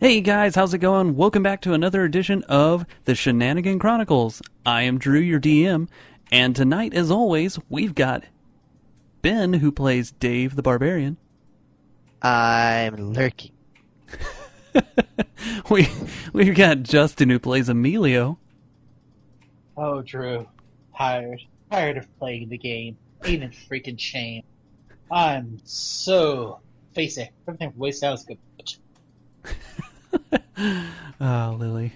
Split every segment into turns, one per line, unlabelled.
Hey guys, how's it going? Welcome back to another edition of the Shenanigan Chronicles. I am Drew, your DM, and tonight, as always, we've got Ben, who plays Dave the Barbarian.
I'm lurking.
We we've got Justin, who plays Emilio.
Oh, Drew. Tired. Tired of playing the game. Ain't it freaking shame? I'm so facey. Everything from waist down is good. bitch.
Oh, Lily,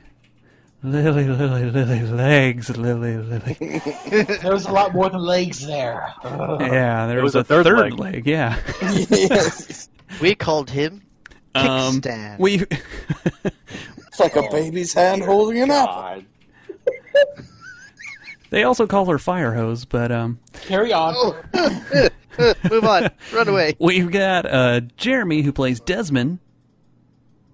Lily, Lily, Lily, legs, Lily, Lily.
There was a lot more than legs there. Ugh.
Yeah, there
There
was,
was a third leg.
leg. Yeah.
yes.
We called him
Um,
Kickstand.
we
It's like a baby's hand holding an apple.
God.
they also call her fire hose, but um.
Carry on.
Oh, move on. Run away.
We've got uh, Jeremy who plays Desmond.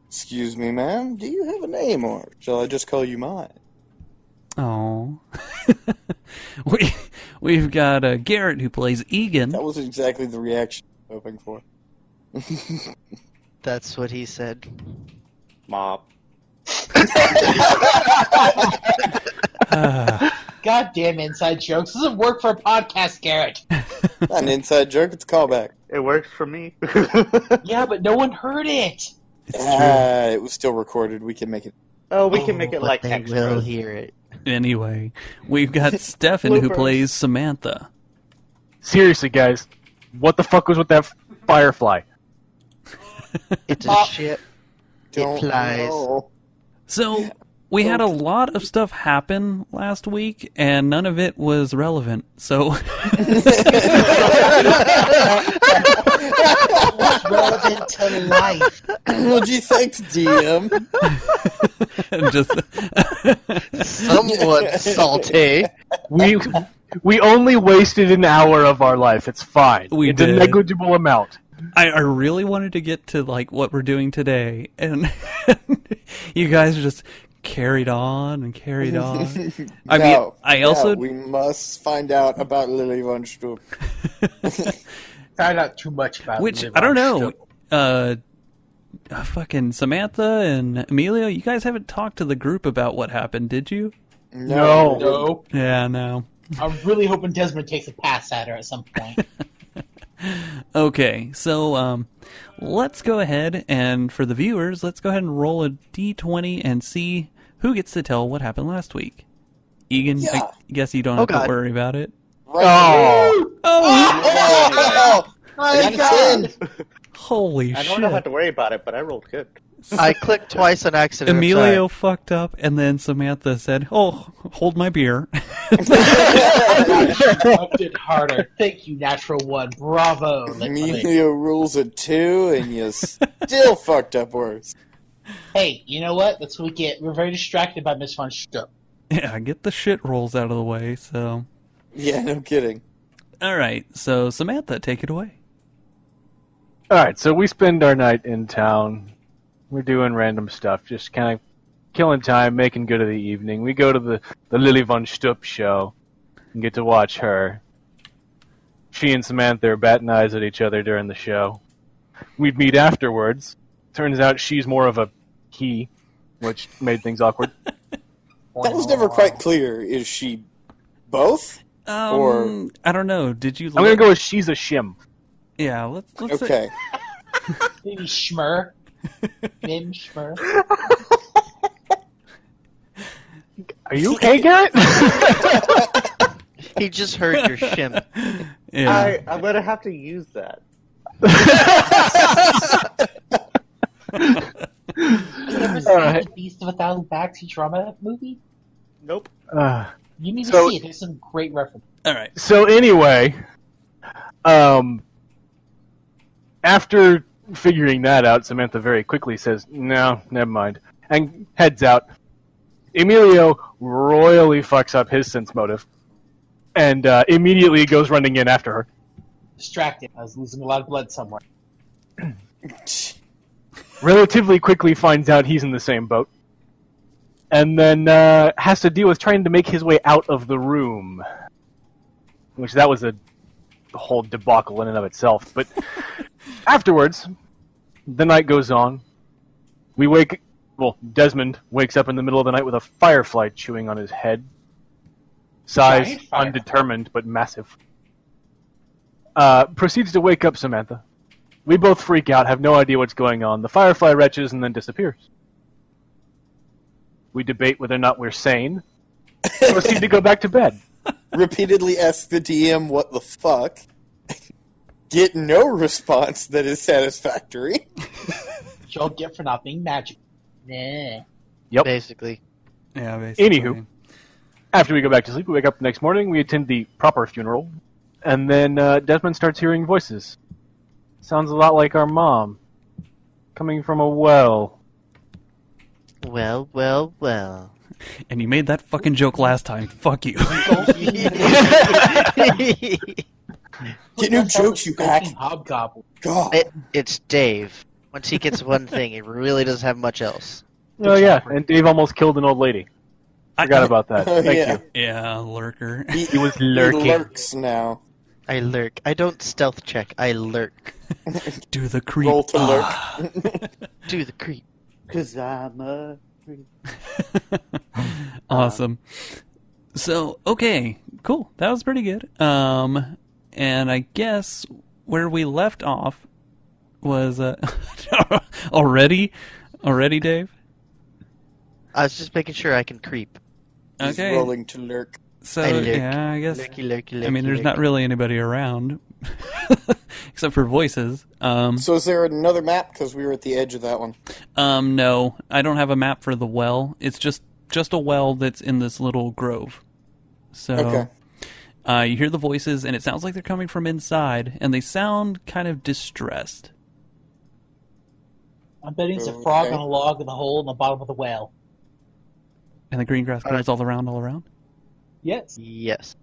Excuse me, ma'am. Do you have a name, or shall I just call you mine?
Oh, we we've got uh, Garrett who plays Egan.
That was exactly the reaction I was hoping for.
That's what he said.
Mop.
Goddamn inside jokes. This doesn't work for a podcast, Garrett.
Not an inside joke. It's a callback.
It works for me.
yeah, but no one heard it.
Ah, it was still recorded. We can make it.
oh, we can make
Oh,
it
but
like
they
extras.
will hear it.
Anyway, we've got Stefan who
Bloopers.
plays Samantha.
Seriously, guys, what the fuck was with that firefly?
It's a
Ah.
Mop.
ship.
Don't
flies.
know.
So we had a lot of stuff happen last week, and none of it was relevant. So
What's relevant to life?
Would you thanks, DM?
just
Somewhat salty.
We we only wasted an hour of our life. It's fine.
We
it's
did.
a negligible amount.
I, I really wanted to get to like what we're doing today, and you guys just carried on and carried on. I mean,
no,
I
No,
also-
we must find out about Lily von Stroop.
Found out too much about
Which
Levi
I don't know.
Strauss.
Uh, uh, fucking Samantha and Emilio, you guys haven't talked to the group about what happened, did you?
No,
No.
Yeah, no.
I'm really hoping Desmond takes a pass at her at some point.
Okay, so um, let's go ahead and for the viewers, let's go ahead and roll a d20 and see who gets to tell what happened last week. Egan,
Yeah.
I guess you don't
Oh,
have to
God.
worry about it.
Right
Oh,
oh,
My
God.
holy
I
shit!
don't have to worry about it, but I rolled good.
I clicked twice on accident. I'm
Emilio fucked up, and then Samantha said, "Oh, hold my beer."
Upped it harder. Thank you, Natural One. Bravo. Like, like,
Emilio rules at two, and you still fucked up worse.
hey, you know what? That's what we get. We're very distracted by Miss Von Stroop.
yeah, get the shit rolls out of the way. So
Yeah, no kidding.
All right, so Samantha, take it away.
All right, so we spend our night in town. We're doing random stuff, just kind of killing time, making good of the evening. We go to the the Lily von Stupp show and get to watch her. She and Samantha are batting eyes at each other during the show. We meet afterwards. Turns out she's more of a he, which made things awkward.
That was never quite clear. Is she both?
Um,
Or-
I don't know. Did you?
I'm gonna go with she's a shim.
Yeah, let's let's. say-
Okay.
Maybe Schmur. Maybe Schmur.
Are you okay, Garrett?
He just heard your shim.
yeah.
I, I'm gonna have to use that.
You ever seen
Alright.
the Beast of a Thousand Backs, the drama movie?
Nope.
uh.
You need
So-
to see it. There's some great references.
All right.
so anyway, um, after figuring that out, Samantha very quickly says, "No, never mind," and heads out. Emilio royally fucks up his sense motive, and uh, immediately goes running in after her.
Distracted. I was losing a lot of blood somewhere.
Relatively quickly finds out he's in the same boat, and then uh, has to deal with trying to make his way out of the room, which that was a whole debacle in and of itself. But afterwards, the night goes on. We wake. Well, Desmond wakes up in the middle of the night with a firefly chewing on his head. Size
Giant firefly.
undetermined but massive. Uh, proceeds to wake up Samantha. We both freak out, have no idea what's going on. The firefly retches and then disappears. We debate whether or not we're sane. Proceed to go back to bed.
Repeatedly ask the DM what the fuck. Get no response that is satisfactory.
Which Y'all get for not being magic. Nah.
Yep.
Basically,
Yeah, basically.
Anywho. After we go back to sleep, we wake up the next morning, we attend the proper funeral, and then uh, Desmond starts hearing voices. Sounds a lot like our mom. Coming from a well.
well, well, well.
And you made that fucking joke last time. Fuck you.
it,
Get new jokes, you hack.
fucking hobgoblin.
God.
it's Dave. Once he gets one thing, he really doesn't have much else.
Oh, yeah, and Dave almost killed an old lady.
I
Forgot about that.
Oh,
Thank
yeah.
you.
Yeah, lurker.
He,
He was
he
lurking.
lurks now.
I lurk. I don't stealth check. I lurk.
Do the creep.
Roll to lurk.
Do the creep.
Cause I'm a.
Ah, awesome. So, okay, cool. That was pretty good. Um, and I guess where we left off was uh, already, already, Dave.
I was just making sure I can creep.
He's
Okay,
rolling to lurk.
so
I lurk.
yeah, I guess.
Lurky, lurky, lurky,
I mean, there's
lurky.
not really anybody around except for voices. Um,
So is there another map? Because we were at the edge of that one.
um, no, I don't have a map for the well. It's just just a well that's in this little grove. So.
Okay.
Uh, you hear the voices, and it sounds like they're coming from inside, and they sound kind of distressed.
I'm betting it's a frog
Okay.
on a log with a hole in the bottom of the well.
And the green grass grows all around, all around.
Yes.
Yes.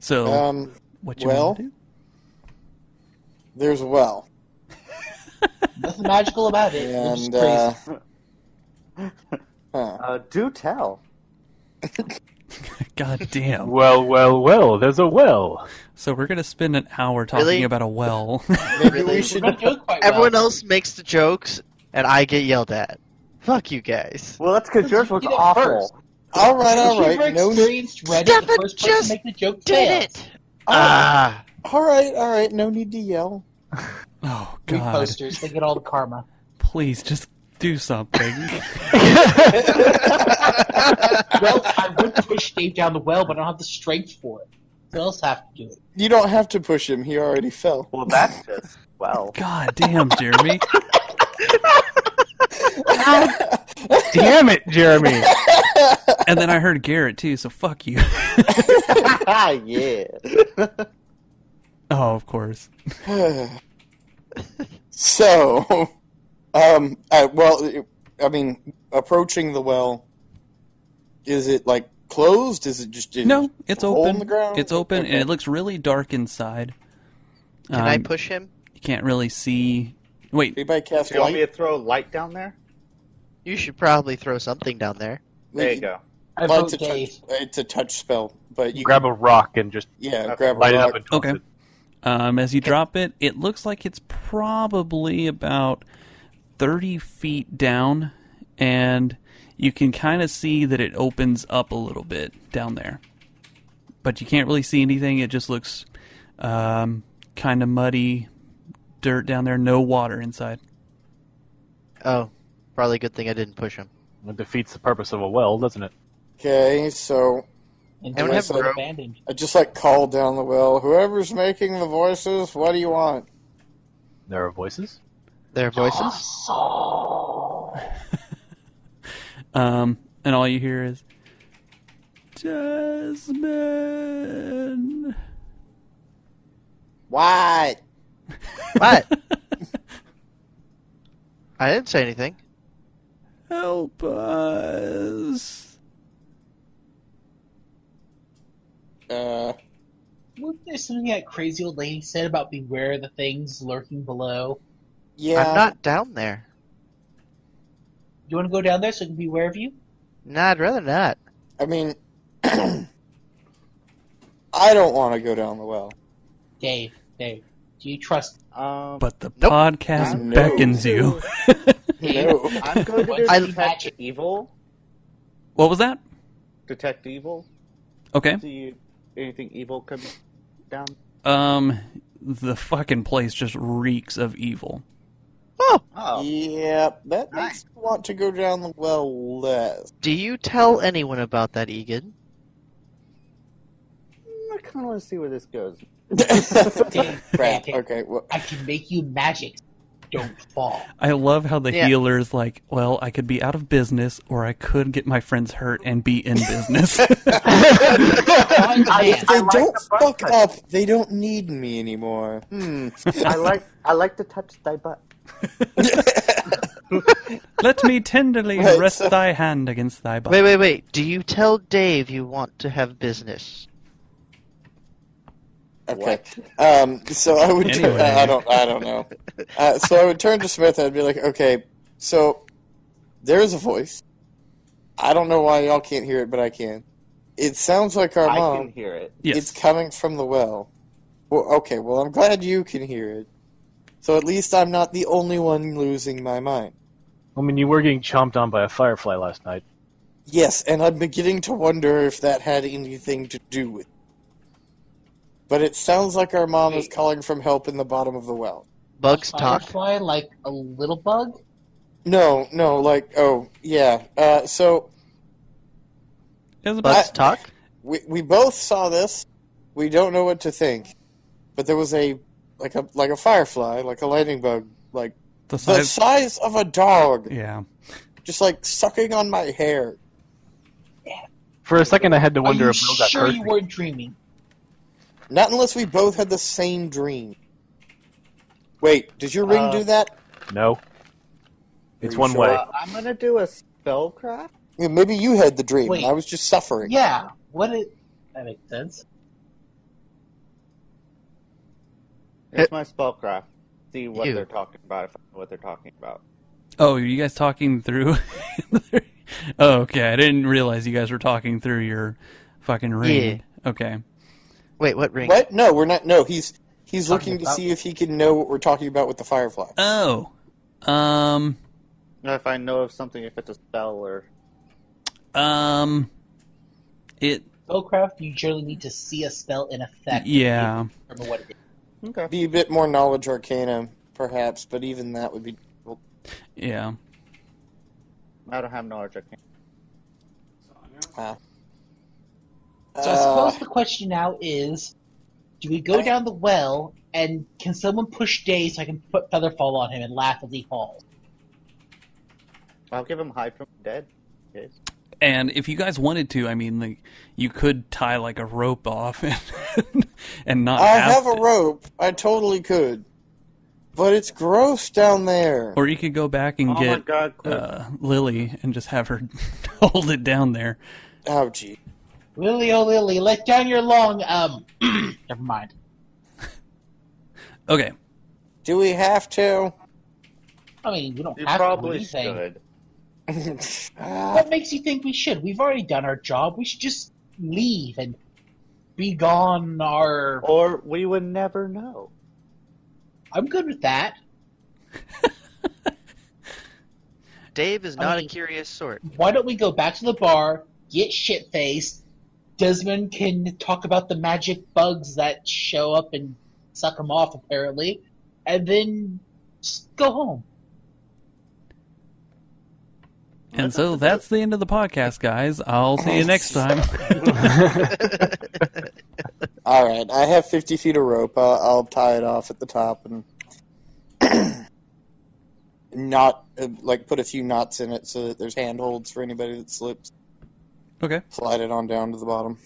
So,
Um,
what you
well,
want to do?
there's a well,
Nothing magical about it. It's just
and
crazy.
uh, huh.
Uh, do tell.
God damn.
Well, well, well, there's a well.
So we're gonna spend an hour talking
Really?
about a well.
Really?
maybe we
We're
should.
not doing quite well.
Everyone else makes the jokes, and I get yelled at. Fuck you guys.
Well, that's because yours
You
was
did it
awful.
All right, all
If
right.
you've
No, need-
experienced Reddit,
Stop
the
it,
first person
just
to make the joke
Did
fails.
it!
all
Ah!
right, all right. No need to yell.
oh
Three
God!
posters, they get all the karma.
Please just do something.
well, I would push Dave down the well, but I don't have the strength for it. Who else have to do it?
You don't have to push him. He already fell.
Well, that's just. Well.
God damn, Jeremy.
Ah, Damn it, Jeremy!
And then I heard Garrett too. So fuck you.
ah, yeah.
oh, of course.
so, um, I, well, it- I mean, approaching the well. Is it like closed? Is it just is
No,
it
it's
a hole
open.
in the ground?
It's open,
Okay.
and it looks really dark inside.
Can I
Um,
push him?
You can't really see. Wait,
Anybody cast
Do you want me to
light?
throw light down there?
You should probably throw something down there.
There you go.
I
Light's a
vote
touch,
Dave.
it's a touch spell, but you
Grab a rock and just
can, yeah,
Okay.
grab a
light it
rock.
up and toss
Okay.
it.
Um, as you drop it, it looks like it's probably about 30 feet down, and you can kind of see that it opens up a little bit down there. But you can't really see anything. It just looks um, kind of muddy, dirt down there, no water inside.
Oh, probably a good thing I didn't push him.
It defeats the purpose of a well, doesn't it?
Okay, so
And
Everyone
Dave's
have rope.
abandoned.
I just like called down the well. Whoever's making the voices, what do you want?
There are voices.
Their voices?
Um, and all you hear is Jasmine.
What?
What? I didn't say anything.
Help us.
Uh,
Wasn't there something that crazy old lady said about beware the things lurking below?
yeah.
I'm not down there.
You want to go down there so I can beware of you?
Nah, I'd rather not.
I mean, I don't want to go down the well.
Dave, Dave, do Do you trust?
Um,
But the
Nope.
podcast
No.
beckons you.
No.
I'm going to do
I-
detect evil.
what was that?
Detect evil.
Okay.
Do you anything evil come down?
Um, the fucking place just reeks of evil.
Oh,
Oh,
Yeah, that makes me want to go down the well less.
do you tell anyone about that, Egan?
I kind of want to see where this goes.
Crap. Okay. Well,
I can make you magic. Don't fall.
I love how the
Yeah.
healer's like, well, I could be out of business, or I could get my friends hurt and be in business.
One man.
if they
like
don't
the butt
fuck
touch.
up, they don't need me anymore. Hmm.
I like I like to touch thy butt.
Let me tenderly
Right,
rest
so-
thy hand against thy body.
Wait, wait, wait. Do you tell Dave you want to have business?
Okay. Um, so I would.
Anyway.
I don't. I don't know. Uh, so I would turn to Smith and I'd be like, "Okay, so there is a voice. I don't know why y'all can't hear it, but I can. It sounds like our
I
mom.
can hear it.
Yes.
It's coming from the well. Well, okay. Well, I'm glad you can hear it. So at least I'm not the only one losing my mind.
I mean, you were getting chomped on by a firefly last night.
Yes, and I'm beginning to wonder if that had anything to do with. It. But it sounds like our mom is
Wait.
calling from help in the bottom of the well.
Bugs talk.
Firefly, like a little bug.
No, no, like oh yeah. Uh, so
It was about-
Bugs talk.
we we both saw this. We don't know what to think, but there was a like a like a firefly, like a lightning bug, like
the
the
size.
size of a dog,
Yeah.
just like sucking on my hair.
For a second, I had to wonder
Are you
if Will got
sure
cursed.
you weren't dreaming?
Not unless we both had the same dream. Wait, did your ring
Uh,
do that?
No. It's
you
one
sure?
way.
Uh, I'm gonna do a spellcraft.
Yeah, maybe you had the dream.
Wait.
and I was just suffering.
Yeah. What? It, that makes sense.
It's my spellcraft. See what
Ew.
they're talking about. If I know what they're talking about.
Oh, are you guys talking through? oh, okay. I didn't realize you guys were talking through your fucking ring. Okay.
Wait, what ring?
What? No, we're not. No, he's he's
Talking
looking to
about-
see if he can know what we're talking about with the firefly.
Oh. Um.
Now, If I know of something, if it's a spell or
Um. It.
Spellcraft, you generally need to see a spell in effect.
Yeah.
To determine what it is.
okay.
Be a bit more knowledge arcana, perhaps, but even that would be.
Yeah.
I don't have knowledge. I can't.
So I
ah. Uh,
suppose the question now is, do we go down the well and can someone push Day so I can put Featherfall on him and laugh as he falls?
I'll give him hide from the dead. Okay.
And if you guys wanted to, I mean, like, you could tie like a rope off and and not.
I
have,
have a
to-
rope. I totally could, but it's gross down there.
Or you could go back and
Oh my
get
god! Quick.
uh, Lily and just have her hold it down there.
Oh, gee.
Lily, oh Lily, let down your long. Um, never mind.
Okay.
Do we have to?
I mean, we don't
you
have to
probably
do anything.
should.
Ah,
What makes you think we should? We've already done our job. We should just leave and be gone. Our
Or we would never know.
I'm good with that.
Dave is
I
not
mean-
a curious sort.
Why don't we go back to the bar, get shit faced? Desmond can talk about the magic bugs that show up and suck him off, apparently, and then just go home.
And so that's the end of the podcast, guys. I'll see you next time.
all right. I have fifty feet of rope. I'll, I'll tie it off at the top and not uh, like put a few knots in it so that there's handholds for anybody that slips.
Okay.
Slide it on down to the bottom.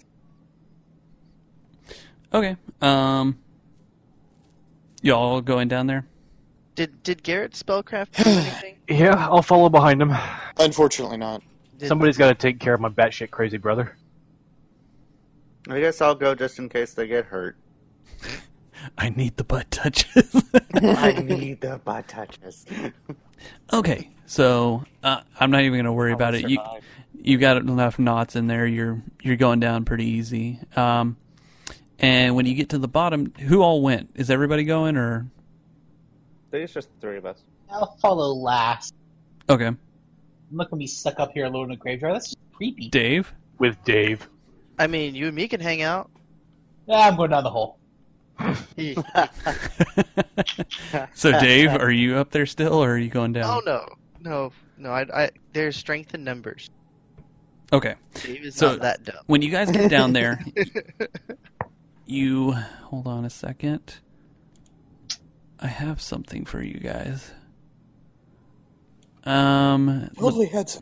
Okay. Um. Y'all going down there?
Did did Garrett spellcraft do anything?
Yeah, I'll follow behind him.
Unfortunately, not.
Did,
Somebody's got to take care of my batshit crazy brother.
I guess I'll go just in case they get hurt.
I need the butt touches.
I need the butt touches.
okay. So uh, I'm not even gonna worry about it. You you got enough knots in there. You're you're going down pretty easy. Um, And when you get to the bottom, who all went? Is everybody going or
There's just three of us.
I'll follow last.
okay?
I'm not gonna be stuck up here alone in a graveyard. That's just creepy.
Dave,
with Dave.
I mean, you and me can hang out.
Ah, I'm going down the hole.
so Dave, are you up there still, or are you going
Oh
down?
no, no, no. I, I there's strength in numbers.
Okay.
Dave is
So-
not that dumb.
When you guys get down there, you hold on a second. I have something for you guys. Um, the
Lovely heads.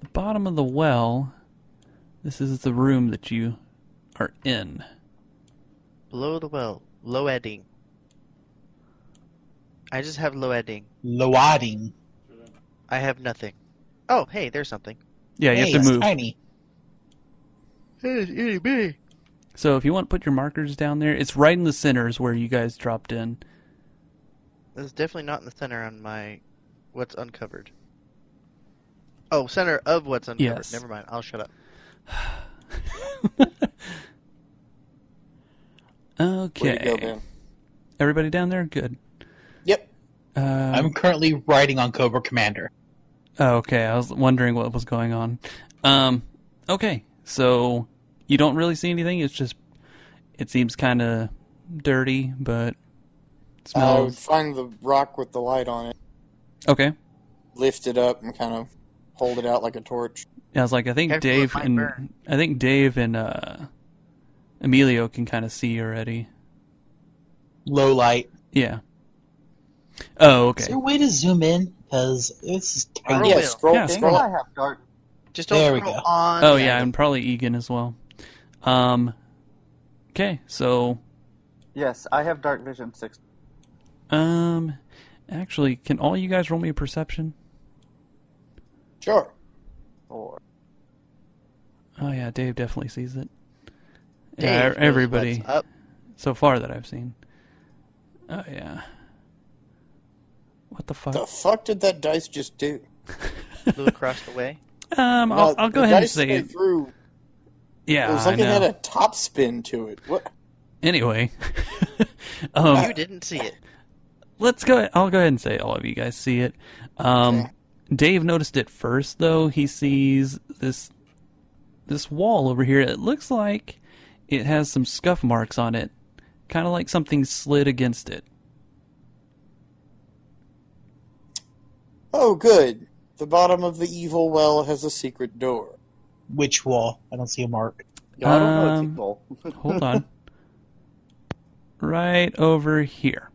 the bottom of the well. This is the room that you are in.
Below the well, low edding. I just have low edding.
Loading.
I have nothing. Oh, hey, there's something.
Yeah, you
Hey,
have
it's
to move.
Tiny.
Hey, itty bitty.
So if you want to put your markers down there, it's right in the center is where you guys dropped in.
It's definitely not in the center on my what's uncovered. Oh, center of what's uncovered.
Yes.
Never mind. I'll shut up.
Way
Okay.
to go, man.
Everybody down there? Good.
Yep.
Uh,
I'm currently riding on Cobra Commander.
Oh, okay, I was wondering what was going on. Um, okay, so you don't really see anything. It's just it seems kind of dirty, but it
I
Oh,
would
smells
find the rock with the light on it,
okay.
lift it up, and kind of hold it out like a torch.
Yeah, I was like, I think
Careful, it
Dave
might
and
burn.
I think Dave and uh, Emilio can kind of see already.
Low light.
Yeah. Oh, okay.
Is there a way to zoom in? Because this is
Scroll
tiny.
yeah,
wheel.
scroll,
Yeah,
scroll.
I have dark.
Just don't
There we
scroll
go.
on.
Oh
the
yeah,
item.
and probably Egan as well. Um. Okay, so
Yes, I have dark vision six.
um, actually, can all you guys roll me a perception?
Sure.
Or
Oh yeah, Dave definitely sees it.
Dave
yeah,
knows
e- everybody
what's up.
so far that I've seen. Oh yeah. What the fuck?
The fuck did that dice just do?
Blew across the way.
um, I'll,
No,
I'll go
the
ahead and
dice
say
they
it.
threw-
Yeah,
It was
I
like it
know.
had a top spin to it. What?
Anyway, um,
you didn't see it.
let's go. I'll go ahead and say all of you guys see it. Um,
Okay.
Dave noticed it first, though. He sees this this wall over here. It looks like it has some scuff marks on it, kind of like something slid against it.
Oh, good. The bottom of the evil well has a secret door.
Which wall? I don't see a mark.
no, I don't know.
Um,
It's evil.
Hold on. right over here.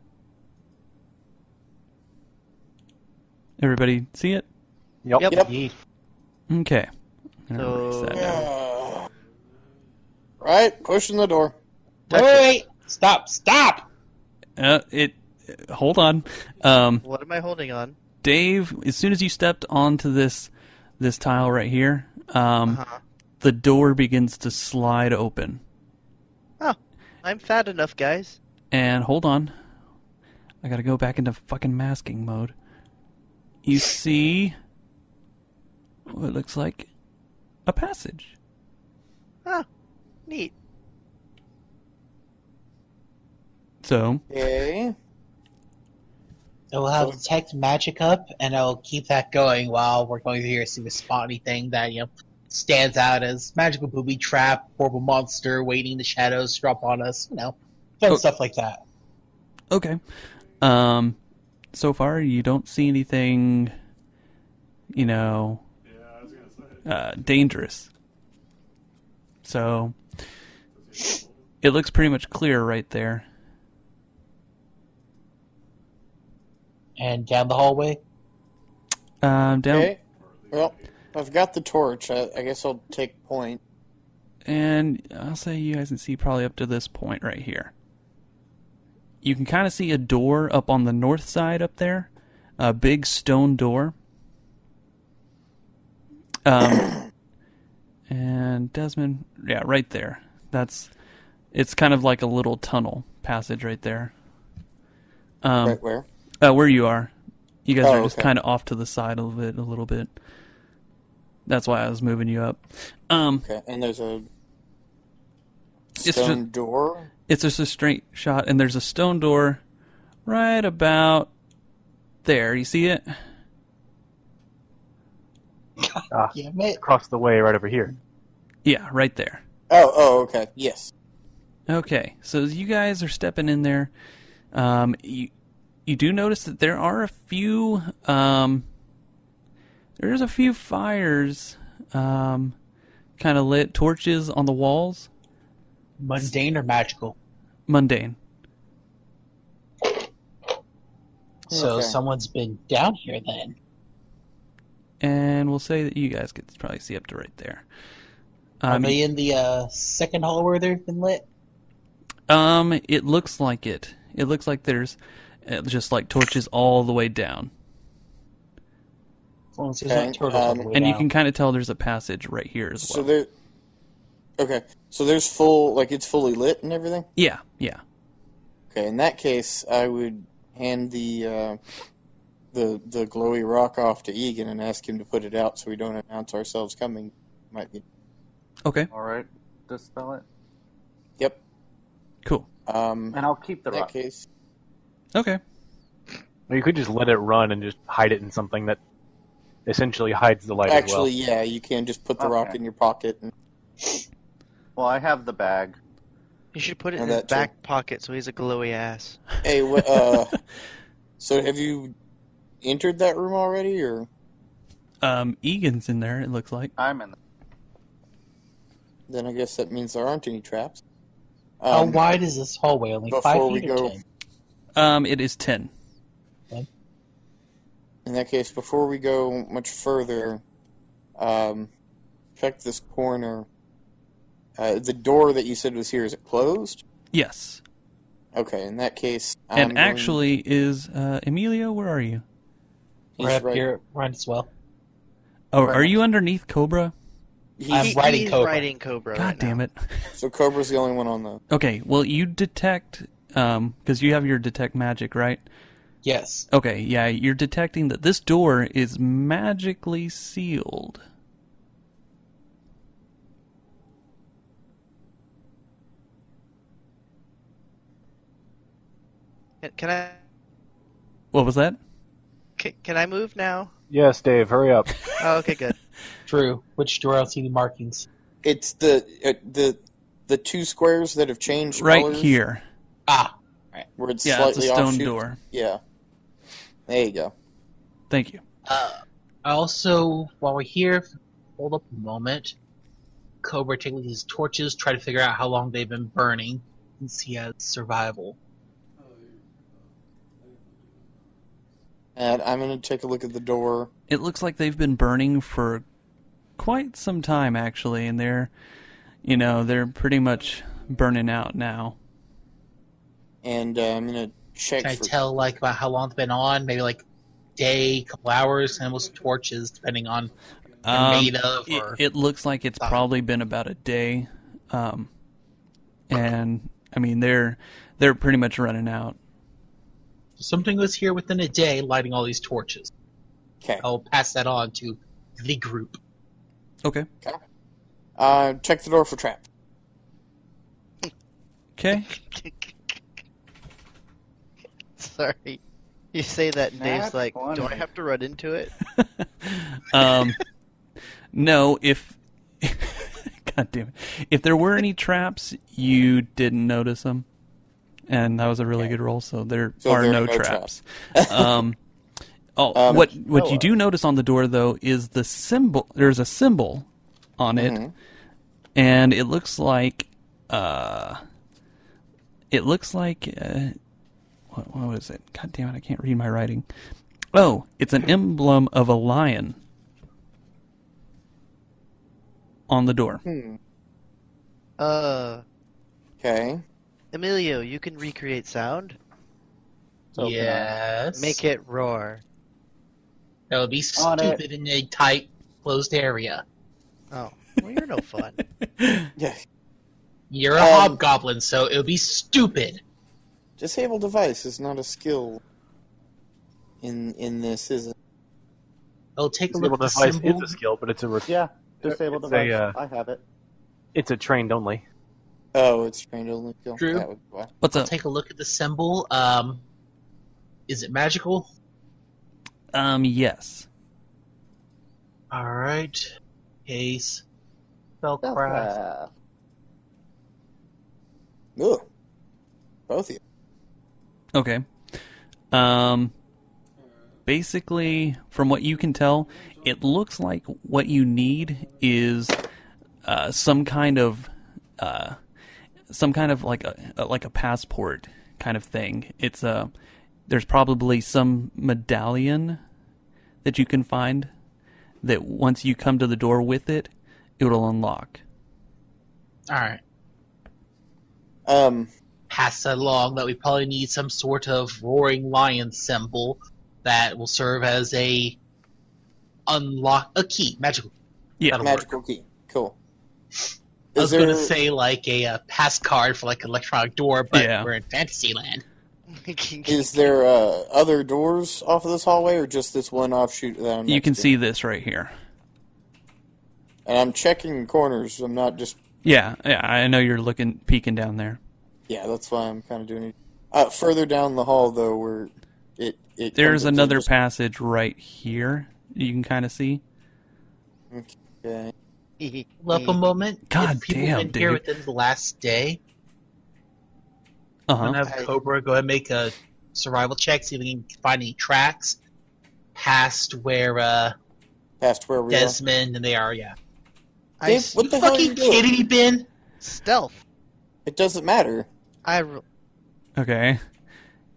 Everybody see it?
Yep.
Yep.
Yep.
Yeet.
Okay. I'm gonna erase
So-
that now.
Yeah. Right, pushing the door.
Wait, wait, stop, stop!
Uh, it. Hold on. Um,
What am I holding on?
Dave, as soon as you stepped onto this this tile right here, um,
Uh-huh.
the door begins to slide open.
Oh, I'm fat enough, guys.
And hold on, I gotta go back into fucking masking mode. You see what looks like a passage.
Oh, neat.
So
Okay.
I will have detect magic up, and I will keep that going while we're going through here to see the spot anything that you know stands out as magical booby trap, horrible monster waiting in the shadows to drop on us. You know, fun
Oh.
stuff like that.
okay, um, so far you don't see anything, you know, uh, dangerous. So it looks pretty much clear right there.
And down the hallway.
Um, down
Okay. Well, I've got the torch. I, I guess I'll take point.
and I'll say you guys can see probably up to this point right here. You can kind of see a door up on the north side up there, a big stone door. Um, and Desmond, yeah, right there. That's it's kind of like a little tunnel passage right there. Um,
right where?
uh, where you are. You guys
Oh,
are just
okay.
kind of off to the side of it a little bit. That's why I was moving you up. Um,
Okay. And there's a Stone
It's just-
door.
It's just a straight shot, and there's a stone door right about there. You see it?
Ah,
Yeah, mate.
across the way, right over here.
Yeah, right there.
Oh, oh, okay. Yes.
Okay, so as you guys are stepping in there. Um, you you do notice that there are a few um, there's a few fires um, kind of lit torches on the walls.
Mundane or magical?
Mundane.
So
Okay.
someone's been down here then.
and we'll say that you guys could probably see up to right there.
Are
Um,
they in the uh, second hall where they've been lit?
um, it looks like it. It looks like there's uh, just like torches all the way down,
As long as there's not
Okay,
turtles all the
um,
way
and you
down.
can kind of tell there's a passage right here as
So
well.
there. Okay, so there's full like it's fully lit and everything.
yeah, yeah.
Okay, in that case, I would hand the uh, the the glowy rock off to Egan and ask him to put it out so we don't announce ourselves coming. Might be
Okay,
All right, dispel it,
yep.
cool.
Um, in
and I'll keep the
that
rock.
case,
Okay,
Or you could just let it run and just hide it in something that essentially hides the light
actually,
as
yeah, you can just put the rock
Okay.
in your pocket. And,
Well, I have the bag.
You should put it in
And
his
that too.
back pocket so he's a glowy ass.
hey, wha- uh, so have you entered that room already, or
um, Egan's in there. It looks like.
I'm in. The-
then I guess that means there aren't any traps.
Oh,
How
Um,
wide is this hallway? Only five
before we
feet or
go-
ten?
Um, it is ten.
In that case, before we go much further, um, check this corner. Uh, the door that you said was here, is it closed?
Yes,
Okay, in that case, I'm
and
going-
actually is uh, Emilio. Where are you?
he's
We're up
right-
here, right as well.
Oh, are you underneath Cobra?
he's-
I'm
He-
riding
he's
Cobra.
riding Cobra.
God
right
damn
now.
it.
so Cobra's the only one on the.
Okay, well you detect um because you have your detect magic right.
Yes.
Okay, yeah, you're detecting that this door is magically sealed.
Can, can I
What was that?
can, can I move now?
well. Yes, Dave, hurry up.
Oh, okay, good.
True. Which door I don't see the markings.
It's the uh, the the two squares that have changed
Right
colors,
here.
Ah,
where it's
Yeah, it's a
slightly
stone
offshoot.
door.
Yeah, there you go.
Thank you.
Uh, I also, while we're here, hold up a moment. Cobra take these torches, try to figure out how long they've been burning, and see his survival.
And I'm gonna take a look at the door.
It looks like they've been burning for quite some time actually and they're you know, they're pretty much burning out now.
and uh, I'm gonna check
Can I
for
tell like about how long they've been on? Maybe like day, couple hours, and with torches, depending on
Um,
made of
it,
or-
it looks like it's probably been about a day. Um and I mean they're they're pretty much running out.
something was here within a day, lighting all these torches.
okay.
I'll pass that on to the group.
Okay.
Uh, check the door for trap.
Okay.
Sorry. You say that, and Dave's
Nat
like, do
20.
I have to run into it?
Um, no, if God damn it, if there were any traps, you didn't notice them, and that was a really good roll. So there
So
are
there are
no,
no
traps. um, oh,
Um,
what what you
hello.
do notice on the door though is the symbol. There's a symbol on it, and it looks like uh, it looks like uh, what what was it? God damn it, I can't read my writing. Oh, it's an emblem of a lion on the door.
Uh,
Okay.
Emilio, you can recreate sound.
So can I
yes.
Make it roar.
That would be
On it.
stupid in a tight, closed area.
Oh, well, you're no fun.
Yeah.
You're a
Um,
hobgoblin, so it would be stupid.
Disable device is not a skill. In in this is it?
I'll take a look
Disable
at the
device
symbol.
is a skill, but it's a re-
Yeah, disable
It's a,
device.
uh,
I have it.
it's a trained only.
Oh, it's strange only kill.
Drew?
That would, well,
What's up?
Take a look at the symbol. Um, is it magical?
Um, yes.
All right. Case. Spellcraft.
Spellcraft.
ugh. Both of you.
Okay. Um, basically, from what you can tell, it looks like what you need is uh, some kind of uh, some kind of like a like a passport kind of thing. It's a there's probably some medallion that you can find that once you come to the door with it, it will unlock.
All right.
Um,
Pass that along that we probably need some sort of roaring lion symbol that will serve as a unlock a key magical.
Yeah.
That'll work.
magical key. Cool.
I
Is
was going
there
to say like a uh, pass card for like an electronic door, but
Yeah.
we're in fantasy land.
is there uh, other doors off of this hallway, or just this one offshoot that I'm
You
next
can
to?
see this right here.
And I'm checking corners. I'm not just
Yeah, yeah, I know you're looking peeking down there.
Yeah, that's why I'm kind of doing it. Uh, further down the hall, though, where it, it
There's
comes into
another
just-
passage right here. You can kind of see.
okay.
Hold
Hmm.
up a moment.
God
if people
damn,
have been here
dude.
within the last day,
Uh
I'm
huh.
gonna have Cobra go ahead and make a survival check, see if we can find any tracks past where uh,
past where we are.
Desmond and they are. Yeah,
I
Dave,
s-
what the hell are
fucking
you doing?
kidding me, Ben?
stealth.
It doesn't matter.
I r-
Okay.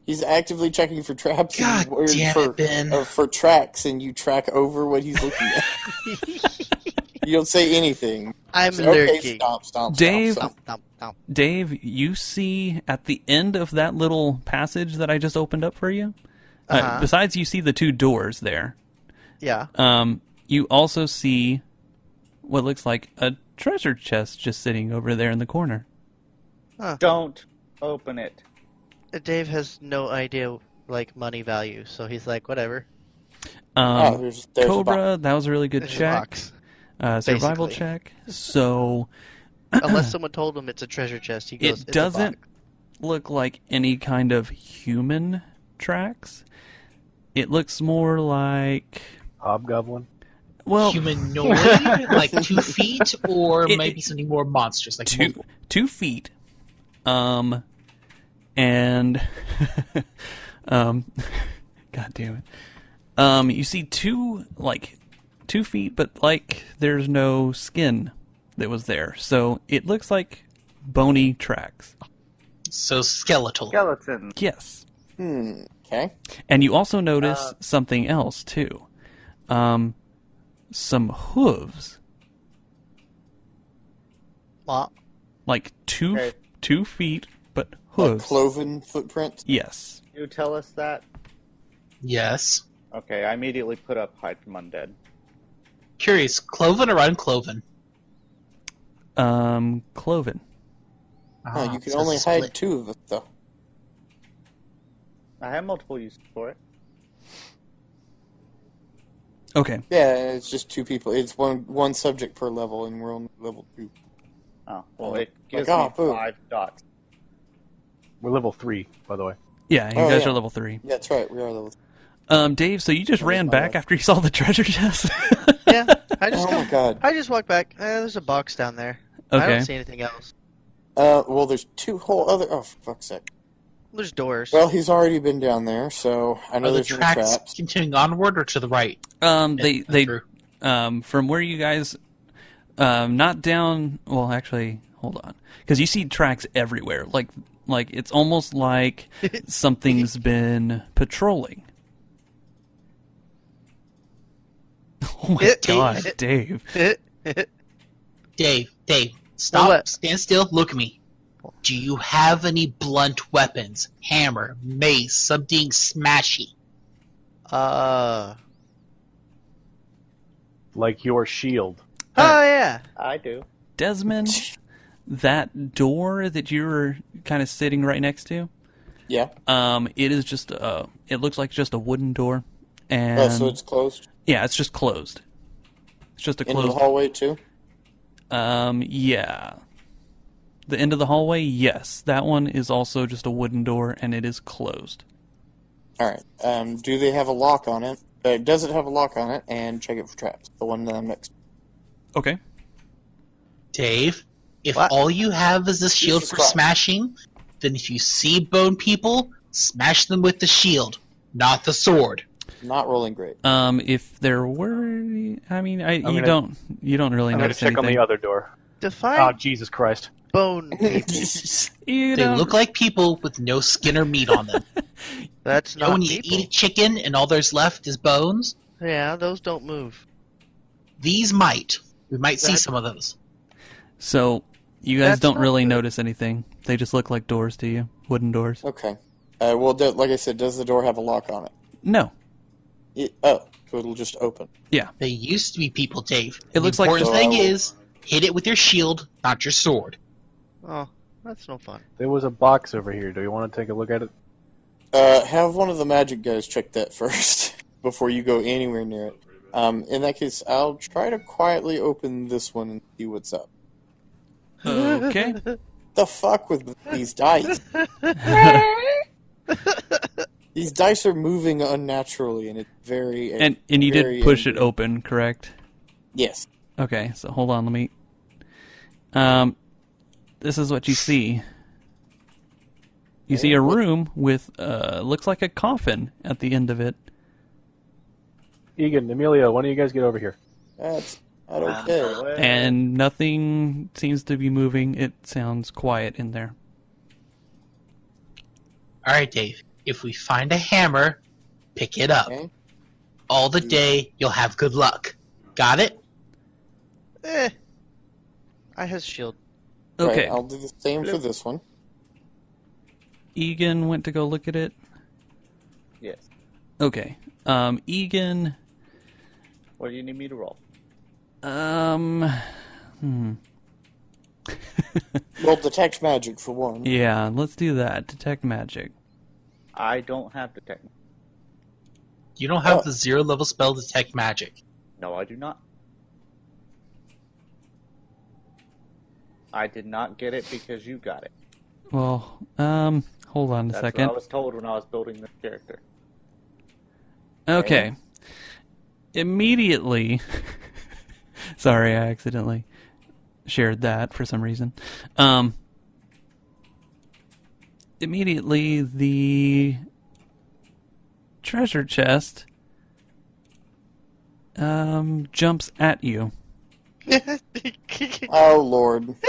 He's actively checking for traps.
God
and, or
damn
for,
it, Ben.
uh, for tracks, and you track over what he's looking at. you don't say anything.
I'm
Say, okay,
lurking.
stomp, stomp,
Dave-
stomp, stomp.
Stomp, stomp.
Dave, you see at the end of that little passage that I just opened up for you. uh
Uh-huh.
besides, you see the two doors there.
Yeah.
Um, you also see what looks like a treasure chest just sitting over there in the corner.
Don't open it.
Dave has no idea like money value, so he's like, whatever.
Um,
oh, there's, there's a box.
Cobra, that was a really good
This is a
check.
box.
Uh, survival
basically.
check. So
Unless someone told him it's a treasure chest, he goes.
it
"It's a
doesn't
box."
look like any kind of human tracks. It looks more like
Hobgoblin.
well
Humanoid, like two feet, or
It-
maybe something more monstrous, like
two
multiple.
two feet, um, and um, god damn it, um, you see two like two feet, but like there's no skin that was there, so it looks like bony tracks.
so skeletal.
Skeleton.
Yes.
Hmm. Okay.
And you also notice
Uh.
something else too. Um, some hooves,
Wah.
like two
Okay.
two feet, but
Like
hooves.
cloven footprints.
yes.
You tell us that?
Yes.
Okay, I immediately put up hide from undead.
Curious, cloven or uncloven?
Um, cloven.
Huh,
Ah,
Oh, you can
so
only
split.
hide two of us, though.
I have multiple uses for it.
Okay.
Yeah, it's just two people. It's one one subject per level, and we're only level two.
Oh, well,
Oh,
it
my
gives
God,
me
boo.
five dots.
We're level three, by the way.
Yeah, you
Oh,
guys
yeah.
are level three.
Yeah, that's right. We are level. Two.
Um, Dave, so you just
That was
ran
my
back
last-
after you saw the treasure chest.
Yeah. I just
Oh my god.
I just walked back. Eh, there's a box down there. I
Okay.
don't see anything else.
Uh, well, there's two whole other. Oh, for fuck's sake.
There's doors.
Well, he's already been down there, so I know
Are the
there's no
tracks
traps.
continuing onward or to the right?
Um, they they
Through.
um from where you guys, um, not down. Well, actually, hold on, because you see tracks everywhere. Like like it's almost like something's been patrolling. Oh my
It-
god,
it-
Dave!
Uh,
Dave, Dave, stop,
what?
stand still, look at me. Do you have any blunt weapons? Hammer, mace, something smashy.
uh.
Like your shield.
Oh yeah.
I do.
Desmond, that door that you're kind of sitting right next to.
Yeah.
Um, it is just uh, it looks like just a wooden door, and
Oh, so it's closed
yeah, it's just closed. It's just a
into the
closed.
hallway too.
Um, yeah, The end of the hallway, yes. That one is also just a wooden door and it is closed.
All right. Um, do they have a lock on it? Uh, does it have a lock on it? And check it for traps. The one that I'm next.
Okay.
Dave, if
What?
all you have is this shield
is
for
fine.
smashing, then if you see bone people, smash them with the shield, not the sword.
Not rolling great.
Um, if there were, I mean, I, you
gonna-
don't you don't really
I'm going to
notice
check on
anything.
the other door.
Define
Oh, Jesus Christ.
bone people.
You
They
don't-
look like people with no skin or meat on them.
That's
You know,
not
when you
people.
eat a chicken and all there's left is bones,
Yeah, those don't move.
these might. We might see
That-
some of those.
so you guys
That's
don't
not
really
good.
notice anything. They just look like doors to you, wooden doors.
Okay. Uh, well, do, like I said, does the door have a lock on it?
No,
It- oh, so it'll just open.
They used to be people, Dave.
It looks like-
important
So I
thing
will-
is hit it with your shield, not your sword.
Oh, that's no fun.
There was a box over here. Do you want to take a look at it?
Uh, have one of the magic guys check that first before you go anywhere near it. Um, in that case, I'll try to quietly open this one and see what's up.
okay.
The fuck with these dice? These dice are moving unnaturally, and it's very
and and you
very
did push it
angry.
open, correct?
Yes,
Okay, so hold on, let me. Um, this is what you see. You see
Oh.
a room with uh, looks like a coffin at the end of it.
Egan, Emilio, why don't you guys get over here?
that's not okay.
and nothing seems to be moving. It sounds quiet in there.
All right, Dave. If we find a hammer, pick it up.
Okay.
All the day, you'll have good luck. Got it?
Eh. I has shield.
Okay,
Right, I'll do the same for this one.
Egan went to go look at it.
Yes.
Okay, um, Egan,
What do you need me to roll?
um,
Well, detect magic for one.
yeah, let's do that. Detect magic.
I don't have detect.
You don't have
Oh.
the zero level spell detect magic.
No, I do not. I did not get it because you got it.
Well, um, hold on a
That's
second.
what I was told when I was building this character.
Okay, immediately. Sorry, I accidentally shared that for some reason. Um, immediately the treasure chest um jumps at you.
Oh lord.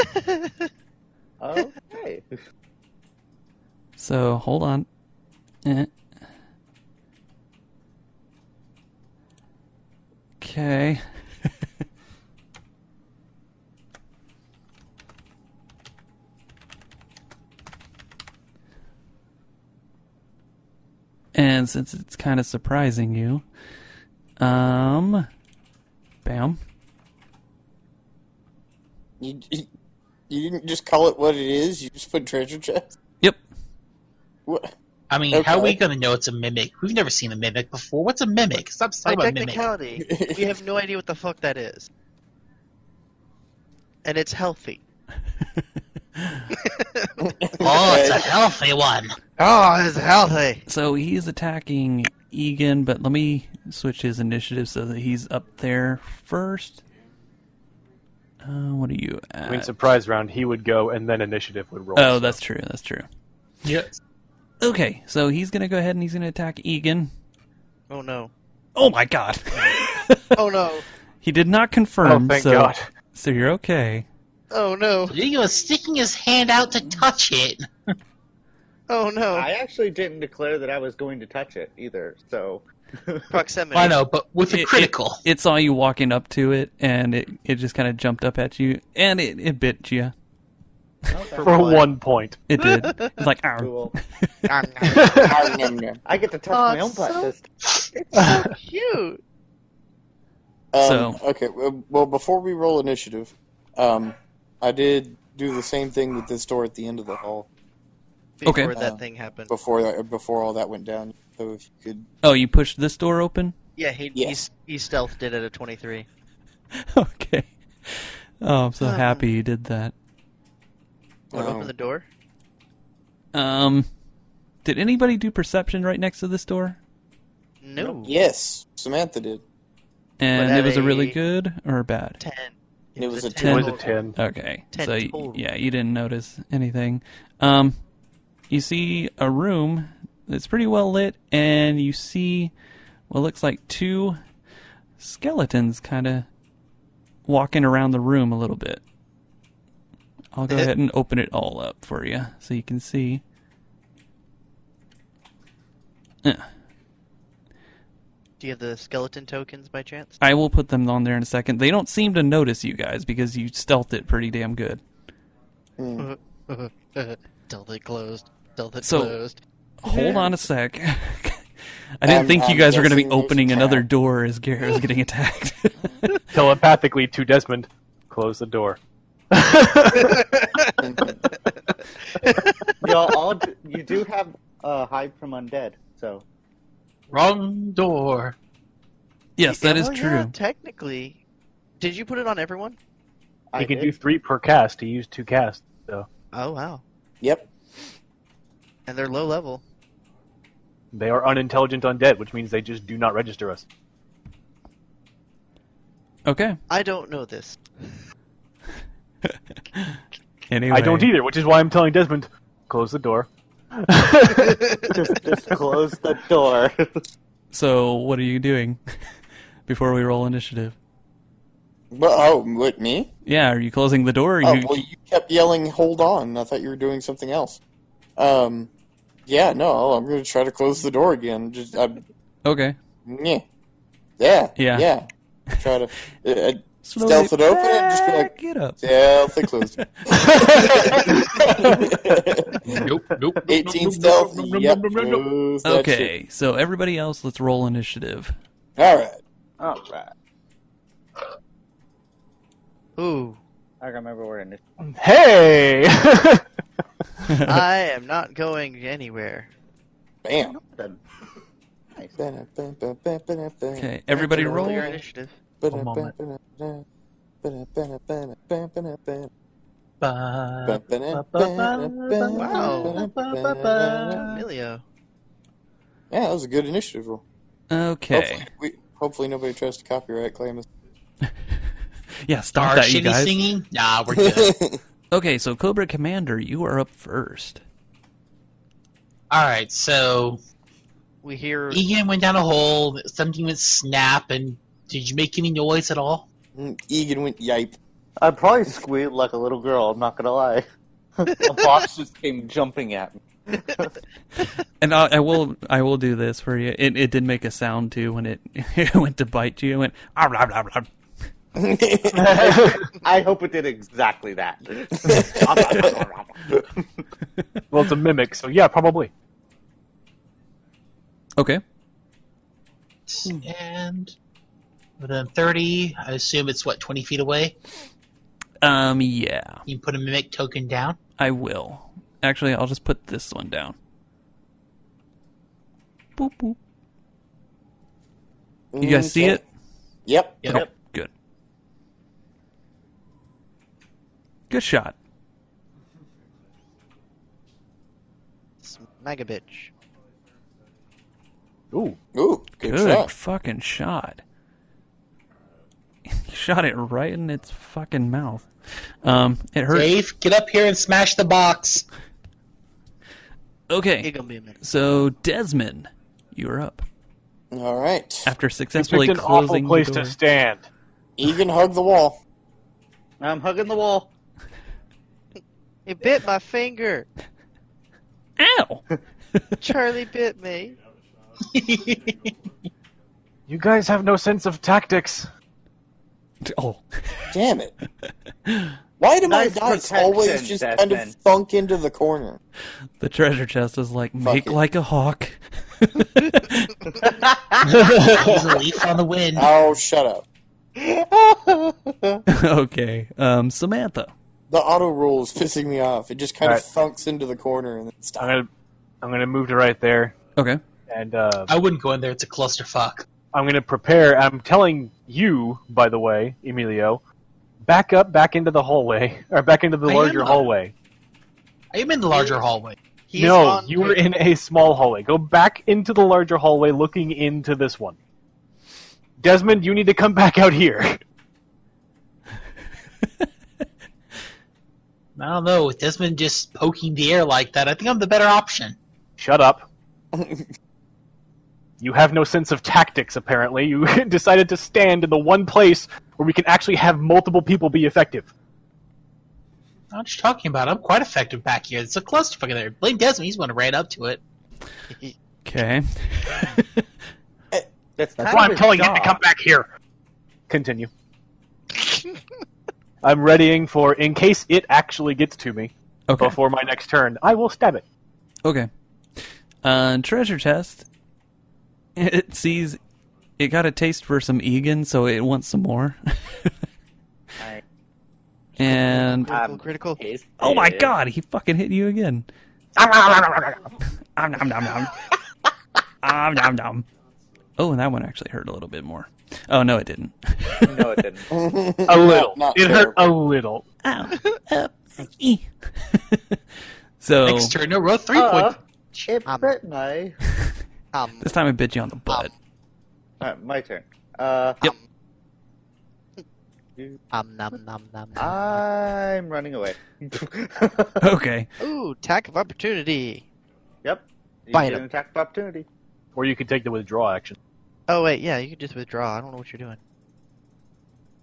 Okay.
So hold on. Eh. Okay. and since it's kind of surprising you, um, bam.
You, you you didn't just call it what it is. You just put treasure chest.
Yep.
What?
I mean, how are
Okay.
we going to know it's a mimic? We've never seen a mimic before. What's a mimic? Stop
By
talking about mimic.
technicality, we have no idea what the fuck that is. And it's healthy.
Oh, it's a healthy one.
Oh, it's healthy.
So he's attacking Egan, but let me switch his initiative so that he's up there first. Uh, what are you
I
at?
mean, surprise round, he would go and then initiative would roll.
oh, that's true. That's true.
Yes.
Okay, so he's gonna go ahead and he's gonna attack Egan.
Oh no.
Oh my god!
Oh no.
he did not confirm.
Oh, thank
so,
God.
So you're okay.
Oh no.
He was sticking his hand out to touch it.
Oh no.
I actually didn't declare that I was going to touch it either, so
Proximity.
I know, but with
It-
a
it-
critical.
It, saw you walking up to it, and it, it just kind of jumped up at you, and it, it bit you.
For one point.
It did. It's like, ow.
cool.
Nom, nom, nom.
I get to touch
Oh,
my own butt
so-
this time.
Cute.
Um,
So-
okay, w- well, before we roll initiative, um, I did do the same thing with this door at the end of the hall
Before
Okay.
that
Uh,
thing happened.
before that, before all that went down. So if you could,
Oh, you pushed this door open.
Yeah, he he,
Yes.
he stealthed it at a twenty-three.
okay. Oh, I'm so happy you did that.
Want to
Oh.
open the door?
Um, did anybody do perception right next to this door?
No.
Yes, Samantha did.
And
Would
it was a
have
really
a-
good or bad?
Ten.
It was a
It
Ten
was a
total.
10.
Okay.
Ten
so y-
total.
yeah, you didn't notice anything. Um, you see a room that's pretty well lit, and you see what looks like two skeletons kind of walking around the room a little bit. I'll go ahead and open it all up for you so you can see. Yeah,
Do you have the skeleton tokens by chance?
I will put them on there in a second. They don't seem to notice you guys because you stealthed it pretty damn good.
Delta closed. Delta
So-
closed.
Hold on a sec. I didn't
Um,
think you
I'm
guys were going to be
guessing there's
opening
a
another
trap.
door as Garrett was getting attacked.
Telepathically to Desmond, close the door.
Y'all all d- you do have uh, hide from undead, so
Wrong door.
yes, that is
Oh,
true.
yeah, technically, did you put it on everyone?
I
He can
did.
do three per cast. He used two casts, so
Oh wow.
Yep.
And they're low level.
they are unintelligent undead, which means they just do not register us.
Okay.
I don't know this.
Anyway,
I don't either, which is why I'm telling Desmond, close the door.
just, just close the door.
So, what are you doing before we roll initiative?
But oh, what me?
Yeah, are you closing the door? Or
Oh,
you...
well, you kept yelling, "Hold on!" I thought you were doing something else. Um, yeah, no, oh, I'm going to try to close the door again. Just, I,
Okay.
yeah, yeah,
Yeah.
yeah. Try to uh,
Slowly
Stealth it open and just be like-
back it up.
stealth it closed.
Nope, nope.
Eighteen stealth. Yep. close that shit.
Okay, so everybody else, let's roll initiative.
All right.
All right,
Ooh,
I remember we're in. This.
Hey!
I am not going anywhere.
Bam.
Then. Nice.
Okay.
Okay, everybody
Roll your
roll.
initiative.
One moment.
Ba-
Yeah,
Emilio.
that was a good initiative roll.
Okay.
Hopefully, we, hopefully nobody tries to copyright claim us.
Oh,
Yeah, stop
Our
that, you
shitty
guys.
singing? Nah, we're good.
Okay, so Cobra Commander, you are up first.
All right, so
We hear
Egan went down a hole. Something went snap, and did you make any noise at all?
Mm, Egan went yipe.
I probably squealed like a little girl. I'm not gonna lie. a box just came jumping at me.
And I, I will, I will do this for you. It, it did make a sound too when it, it went to bite you. It went ah blah blah blah.
I hope it did exactly that.
well, it's a mimic, so yeah, probably.
Okay,
And within 30, I assume it's what, 20 feet away?
um, yeah,
You can put a mimic token down.
I will. Actually, I'll just put this one down. Boop boop. You guys see
Okay.
it?
Mm, Yep.
Mm, Yep.
Oh, good. Good shot.
Mega bitch.
Ooh.
Ooh, good,
Good,
shot.
fucking shot. you shot it right in its fucking mouth. Um, it hurt.
Dave, get up here and smash the box.
Okay.
You're gonna be a mega.
So Desmond, you're up
All right.
after
He picked
successfully
an
closing
awful place
the door.
to stand.
Egan hugged the wall.
I'm hugging the wall.
It bit my finger.
Ow!
Charlie bit me.
You guys have no sense of tactics.
oh,
Damn it. Why do my
Nice
dice
protection,
always just kind of
Desmond.
thunk into the corner?
the treasure chest is like make
it.
like a hawk.
He's a leaf on the wind.
Oh, shut up.
okay, um, Samantha.
The auto roll is pissing me off. It just kind
Alright.
of thunks into the corner and then
I'm
stops.
gonna, I'm gonna move to right there,
Okay,
and uh,
I wouldn't go in there. It's a clusterfuck.
I'm gonna prepare. I'm telling you, by the way, Emilio, back up, back into the hallway, or back into the
I am
larger
up.
hallway.
I am in the larger hallway.
He's
no,
on
you were
to-
in a small hallway. Go back into the larger hallway, looking into this one. Desmond, you need to come back out here.
I don't know. With Desmond just poking the air like that, I think I'm the better option.
Shut up. You have no sense of tactics, apparently. You decided to stand in the one place where we can actually have multiple people be effective.
I'm just talking about. I'm quite effective back here. It's a clusterfuck in there. Blame Desmond. He's the one who ran up to it.
Okay.
That's
That's why I'm telling him to come back here. Continue. I'm readying for in case it actually gets to me
Okay.
before my next turn. I will stab it.
Okay. Uh, treasure chest. It sees. It got a taste for some Egan, so it wants some more.
Alright.
and
critical,
Um,
critical.
oh my god, he fucking hit you again. Om nom nom nom. Om nom nom. Oh, and that one actually hurt a little bit more. Oh no, it didn't.
No, it didn't.
A little.
not
it hurt
terrible.
a little.
Ow. Up. Eh. so
Next turn, no row three points.
It
Um,
hurt my.
Um,
this time I bit you on the butt.
Alright, my turn. Uh,
Yep.
um, nom, nom, nom, nom.
Uh, I'm running away.
Okay.
Ooh, attack of opportunity.
yep. You
Bite
get
him.
an attack of opportunity.
Or you could take the withdraw action.
Oh wait, yeah, you can just withdraw. I don't know what you're doing.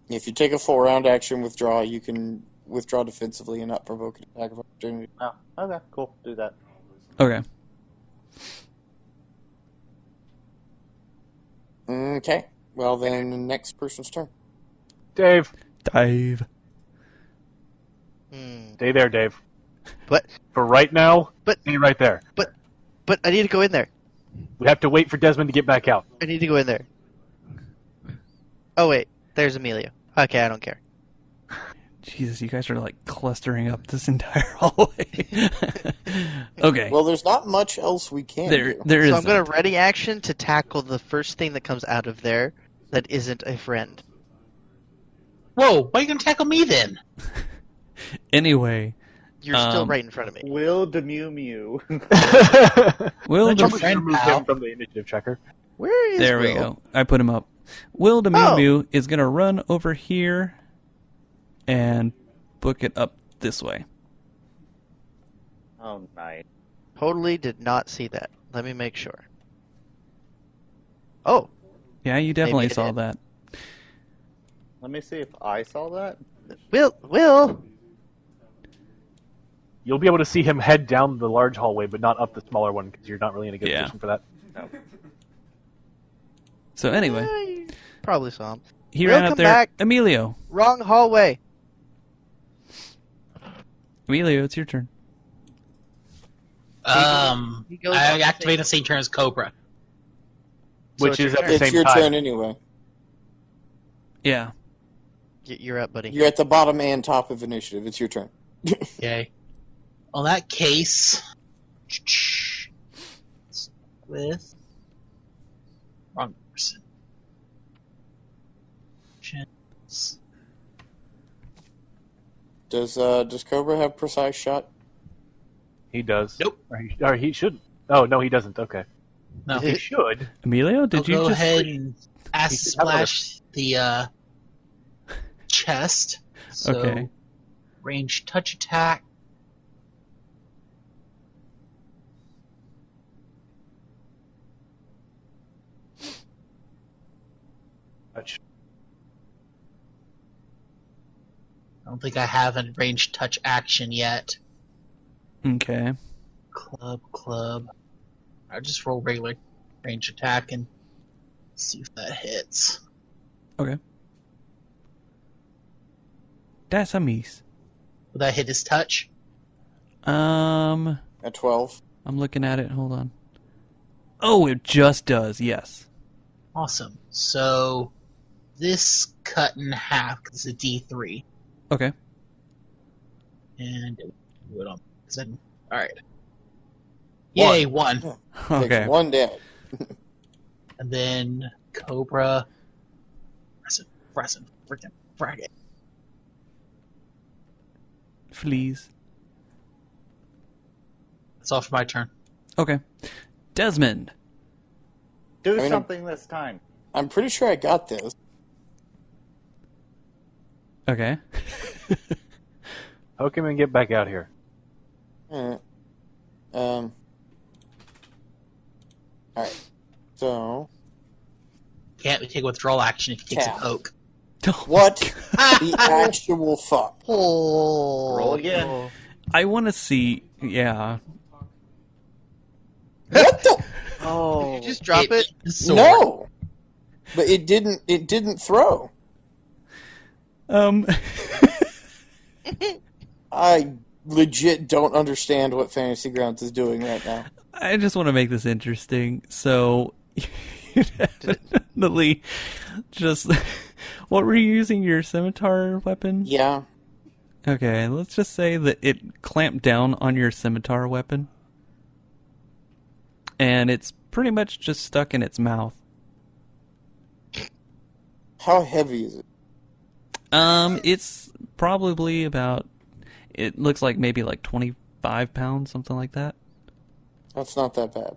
If you take a full round action withdraw, you can withdraw defensively and not provoke an attack of opportunity.
Oh, okay, cool. Do that.
Okay.
Okay. Well, then next person's turn.
Dave.
Dive.
Hmm.
Stay there, Dave.
But
For right now,
But-
stay right there.
but I need to go in there.
We have to wait for Desmond to get back out.
I need to go in there. Oh wait, there's Amelia. Okay, I don't care.
Jesus, you guys are like clustering up this entire hallway. okay.
Well, there's not much else we can
there
do.
there
So
is
I'm gonna ready action to tackle the first thing that comes out of there that isn't a friend.
Whoa! Why are you gonna tackle me then?
anyway.
You're still
Um,
right in front of me.
Will Demew Mew.
Will the,
Don't you- Friend
Remove
pal.
him from the initiative checker.
Where is
there we
Will?
go. I put him up. Will the Mew
Oh.
Mew is gonna run over here and book it up this way.
Oh, nice.
Totally did not see that. Let me make sure. Oh,
Yeah, you definitely
it
saw
did.
that.
Let me see if I saw that.
Will, Will.
You'll be able to see him head down the large hallway, but not up the smaller one because you're not really in a good
Yeah.
position for that.
So anyway,
I probably saw him.
he
Will,
ran up
come
there.
back.
Emilio,
Wrong hallway.
Emilio, it's your turn.
Um,
He goes on
I
the
activate the same turn as Cobra.
So
Which
it's your
is at
turn.
the
It's
same
your
time.
turn anyway.
Yeah.
Y- You're up, buddy.
You're at the bottom and top of initiative. It's your turn.
Okay. On that case, with wrong person. Chance.
Does uh, does Cobra have precise shot?
He does.
Nope.
Or he, or he shouldn't. Oh no, he doesn't. Okay.
No.
He should.
Emilio, did
I'll
you
go
just
ahead and ass
You should have another-
splash the uh, chest? So
Okay.
range touch attack.
Touch.
I don't think I have a range touch action yet.
Okay.
Club, club. I just roll regular range attack and see if that hits.
That's a miss.
Will that hit his touch?
Um
At twelve.
I'm looking at it, hold on. Oh, it just does, yes.
Awesome. So this cut in half because it's a D3,
Okay.
and it would on. All right. Yay, one.
Okay.
Takes one down.
and then Cobra. Fressen, Fressen, freaking bracket.
Fleas.
That's all for my turn.
Okay. Desmond.
Do
mean, I'm-
something this time.
I'm pretty sure I got this.
Okay.
Poke him and get back out here.
Alright. Um. Alright. So.
Can't we take a withdrawal action if he takes
Yeah.
a poke?
What the actual fuck?
Roll again.
I want to see. Yeah.
What the?
Oh,
You just drop it.
Sword.
No! But it didn't. It didn't throw.
Um.
I legit don't understand what Fantasy Grounds is doing right now.
I just want to make this interesting. So, you definitely just. What were you using your scimitar weapon?
Yeah.
Okay, let's just say that it clamped down on your scimitar weapon. And it's pretty much just stuck in its mouth.
How heavy is it?
Um, it's probably about. It looks like maybe like 25 pounds, something like that.
That's not that bad.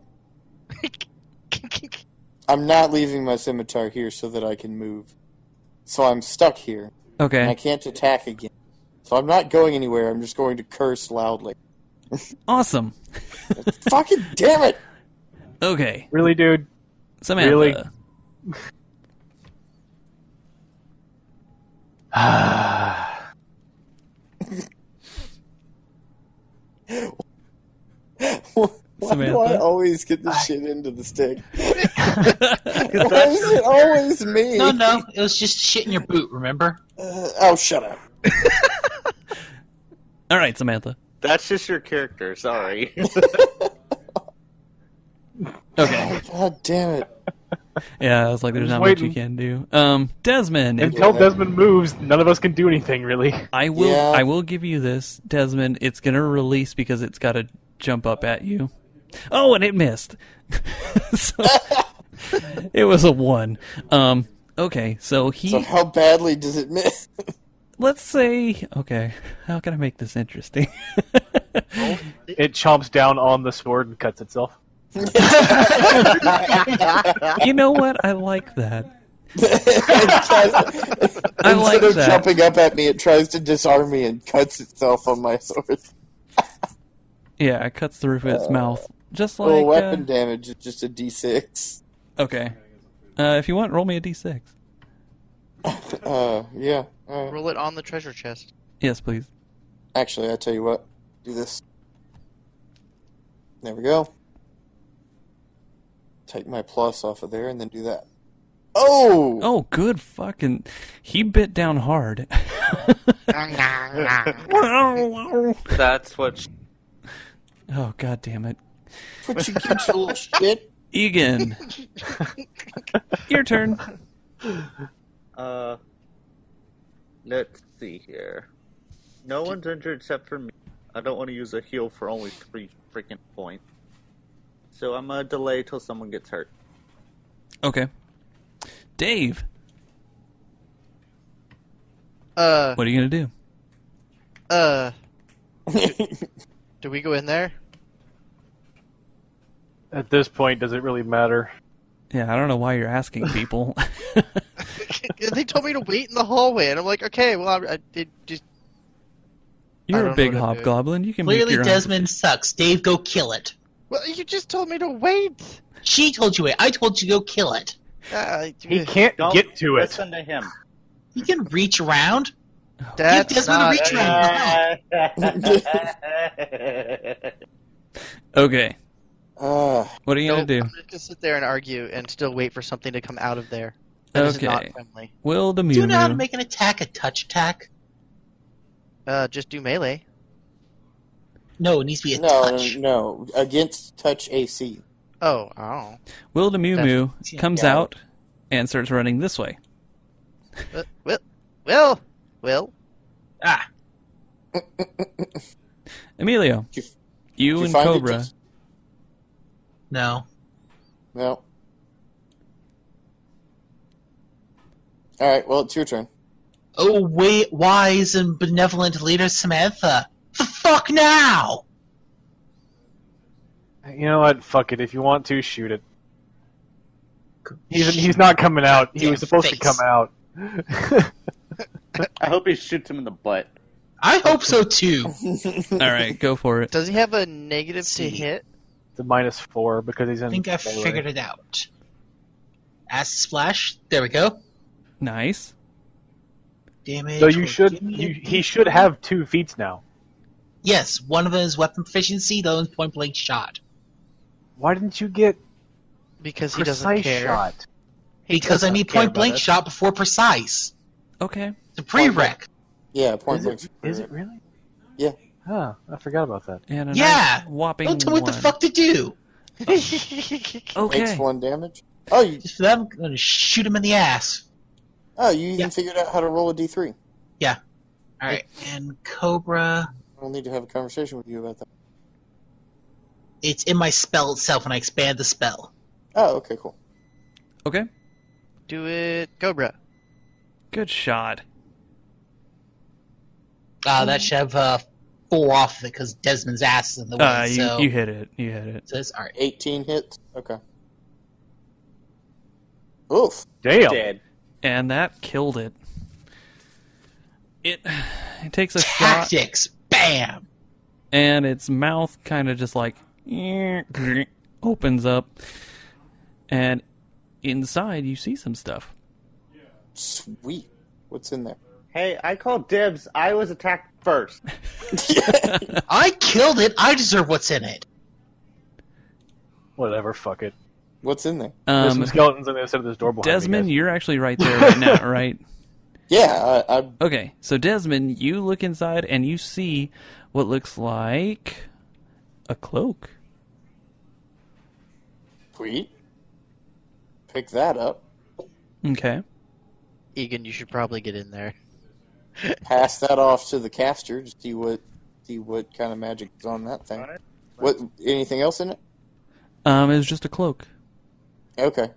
I'm not leaving my scimitar here so that I can move. So I'm stuck here. And I
Okay,
can't attack again. So I'm not going anywhere. I'm just going to curse loudly.
awesome.
Fucking damn it!
Okay,
Really, dude?
Samantha.
Really? Ah.
Why do I
Samantha?
always get this shit into the stick? Why is it always me?
No, Oh, no, it was just shit in your boot, remember?
Uh, oh, shut up.
All right, Samantha.
that's just your character. Sorry.
Okay.
God damn it.
Yeah, I was like, there's
just
not much you can
waiting.
do. Um, Desmond, if-
Until Desmond moves, none of us can do anything, really.
I will,
Yeah.
I will give you this, Desmond. It's gonna release because it's got to jump up at you. Oh, and it missed. So- it was a one. Um, okay, so he.
So how badly does it miss?
let's say, okay, how can I make this interesting?
It chomps down on the sword and cuts itself.
you know what? I like that.
It tries-
I like
Instead of
that.
jumping up at me, it tries to disarm me and cuts itself on my sword.
Yeah, it cuts the roof of its mouth, just like.
well,
uh,
Uh, weapon damage is just a d6.
okay, uh, if you want, roll me a d6.
Uh, yeah. alright.
Roll it on the treasure chest.
Yes, please.
Actually, I tell you what. Do this. There we go. Take my plus off of there and then do that. Oh!
Oh, good fucking. He bit down hard. oh,
that's what. She-
god damn it.
But you get your little shit.
Egan. Your turn.
uh, let's see here. No one's injured except for me. I don't want to use a heal for only three freaking points. So I'm gonna delay till someone gets hurt.
Okay. Dave,
Uh,
what are you going to do?
uh. Do we go in there?
At this point, does it really matter?
Yeah, I don't know why you're asking people.
they told me to wait in the hallway, and I'm like, okay, well, I, I it just I
you're a
don't
big
know what to do.
hobgoblin. You can make
Clearly,
your own-
Desmond sucks. Dave, go kill it.
well, you just told me to wait.
She told you it. I told you go kill it.
Uh,
He can't
Don't
get to it.
Listen to him.
You can reach around.
That's
Give Desmond a
not-
reach round.
Okay.
Uh,
What are you going
Nope,
to do?
I'm just gonna sit there and argue and still wait for something to come out of there. That is
Okay.
not friendly.
Will the
Do you know how to
Mew Mew.
make an attack a touch attack?
Uh, just do melee.
No, it needs to be a
no,
touch.
no. Against touch AC.
Oh, oh.
Will the Mew
That's-
Mew
Yeah.
comes out and starts running this way.
Uh, Well, well, well.
Ah,
Emilio,
Did you-
you,
Did
and
find it?
Cobra.
no.
No. Alright, well, it's your turn.
Oh, wait, wise and benevolent leader Samantha. The fuck now?
You know what? Fuck it. If you want to, shoot it. He's he's not coming out. He was
Damn
supposed to
face.
come out.
I hope he shoots him in the butt.
I hope so too.
All right, go for it.
Does he have a negative to
See.
hit?
the minus four because he's in.
I think I
melee.
figured it out. Acid splash. There we go.
Nice.
Damage.
So you
will
should
give me a
you, he should have two feats now.
Yes, one of them is weapon proficiency, the other one's point blank shot.
Why didn't you get
Because he doesn't
precise
care.
shot?
He
because
does
I
not
need
care
point
about
blank
us.
shot before precise.
Okay.
It's a prereq.
yeah, point
Is it,
blank.
is it really?
Yeah.
Huh, I forgot about that.
And a
Yeah!
nice whopping
Don't tell me what the
one.
fuck to do.
Okay.
Takes one damage. Oh, you
Just for that, I'm gonna shoot him in the ass.
oh you even
Yeah.
figured out how to roll a d three.
All right, and Cobra.
I'll need to have a conversation with you about that.
It's in my spell itself when I expand the spell.
Oh, okay, cool.
Okay.
Do it, Cobra.
Good shot.
Uh, that should have uh, four off of it because Desmond's ass is in the way.
Hmm. Uh, you,
so,
you hit it. You hit it.
so it's all right.
Eighteen hits. Okay. Oof.
Damn.
Dead.
And that killed it. It it takes a shot
Tactics, bam.
and its mouth kind of just like opens up and inside you see some stuff
Sweet. What's in there?
Hey, I called dibs. I was attacked first.
I killed it. I deserve what's in it.
Whatever. Fuck it.
What's in there?
There's
um
some skeletons on the other side of this door behind me,
desmond
guys.
you're actually right there right now right
Yeah, I, I
okay so desmond you look inside and you see what looks like a cloak
sweet. Pick that up.
okay
Egan, you should probably get in there.
Pass that off to the caster to see what see what kind of magic is on that thing. What anything else in it?
um it was just a cloak
Okay.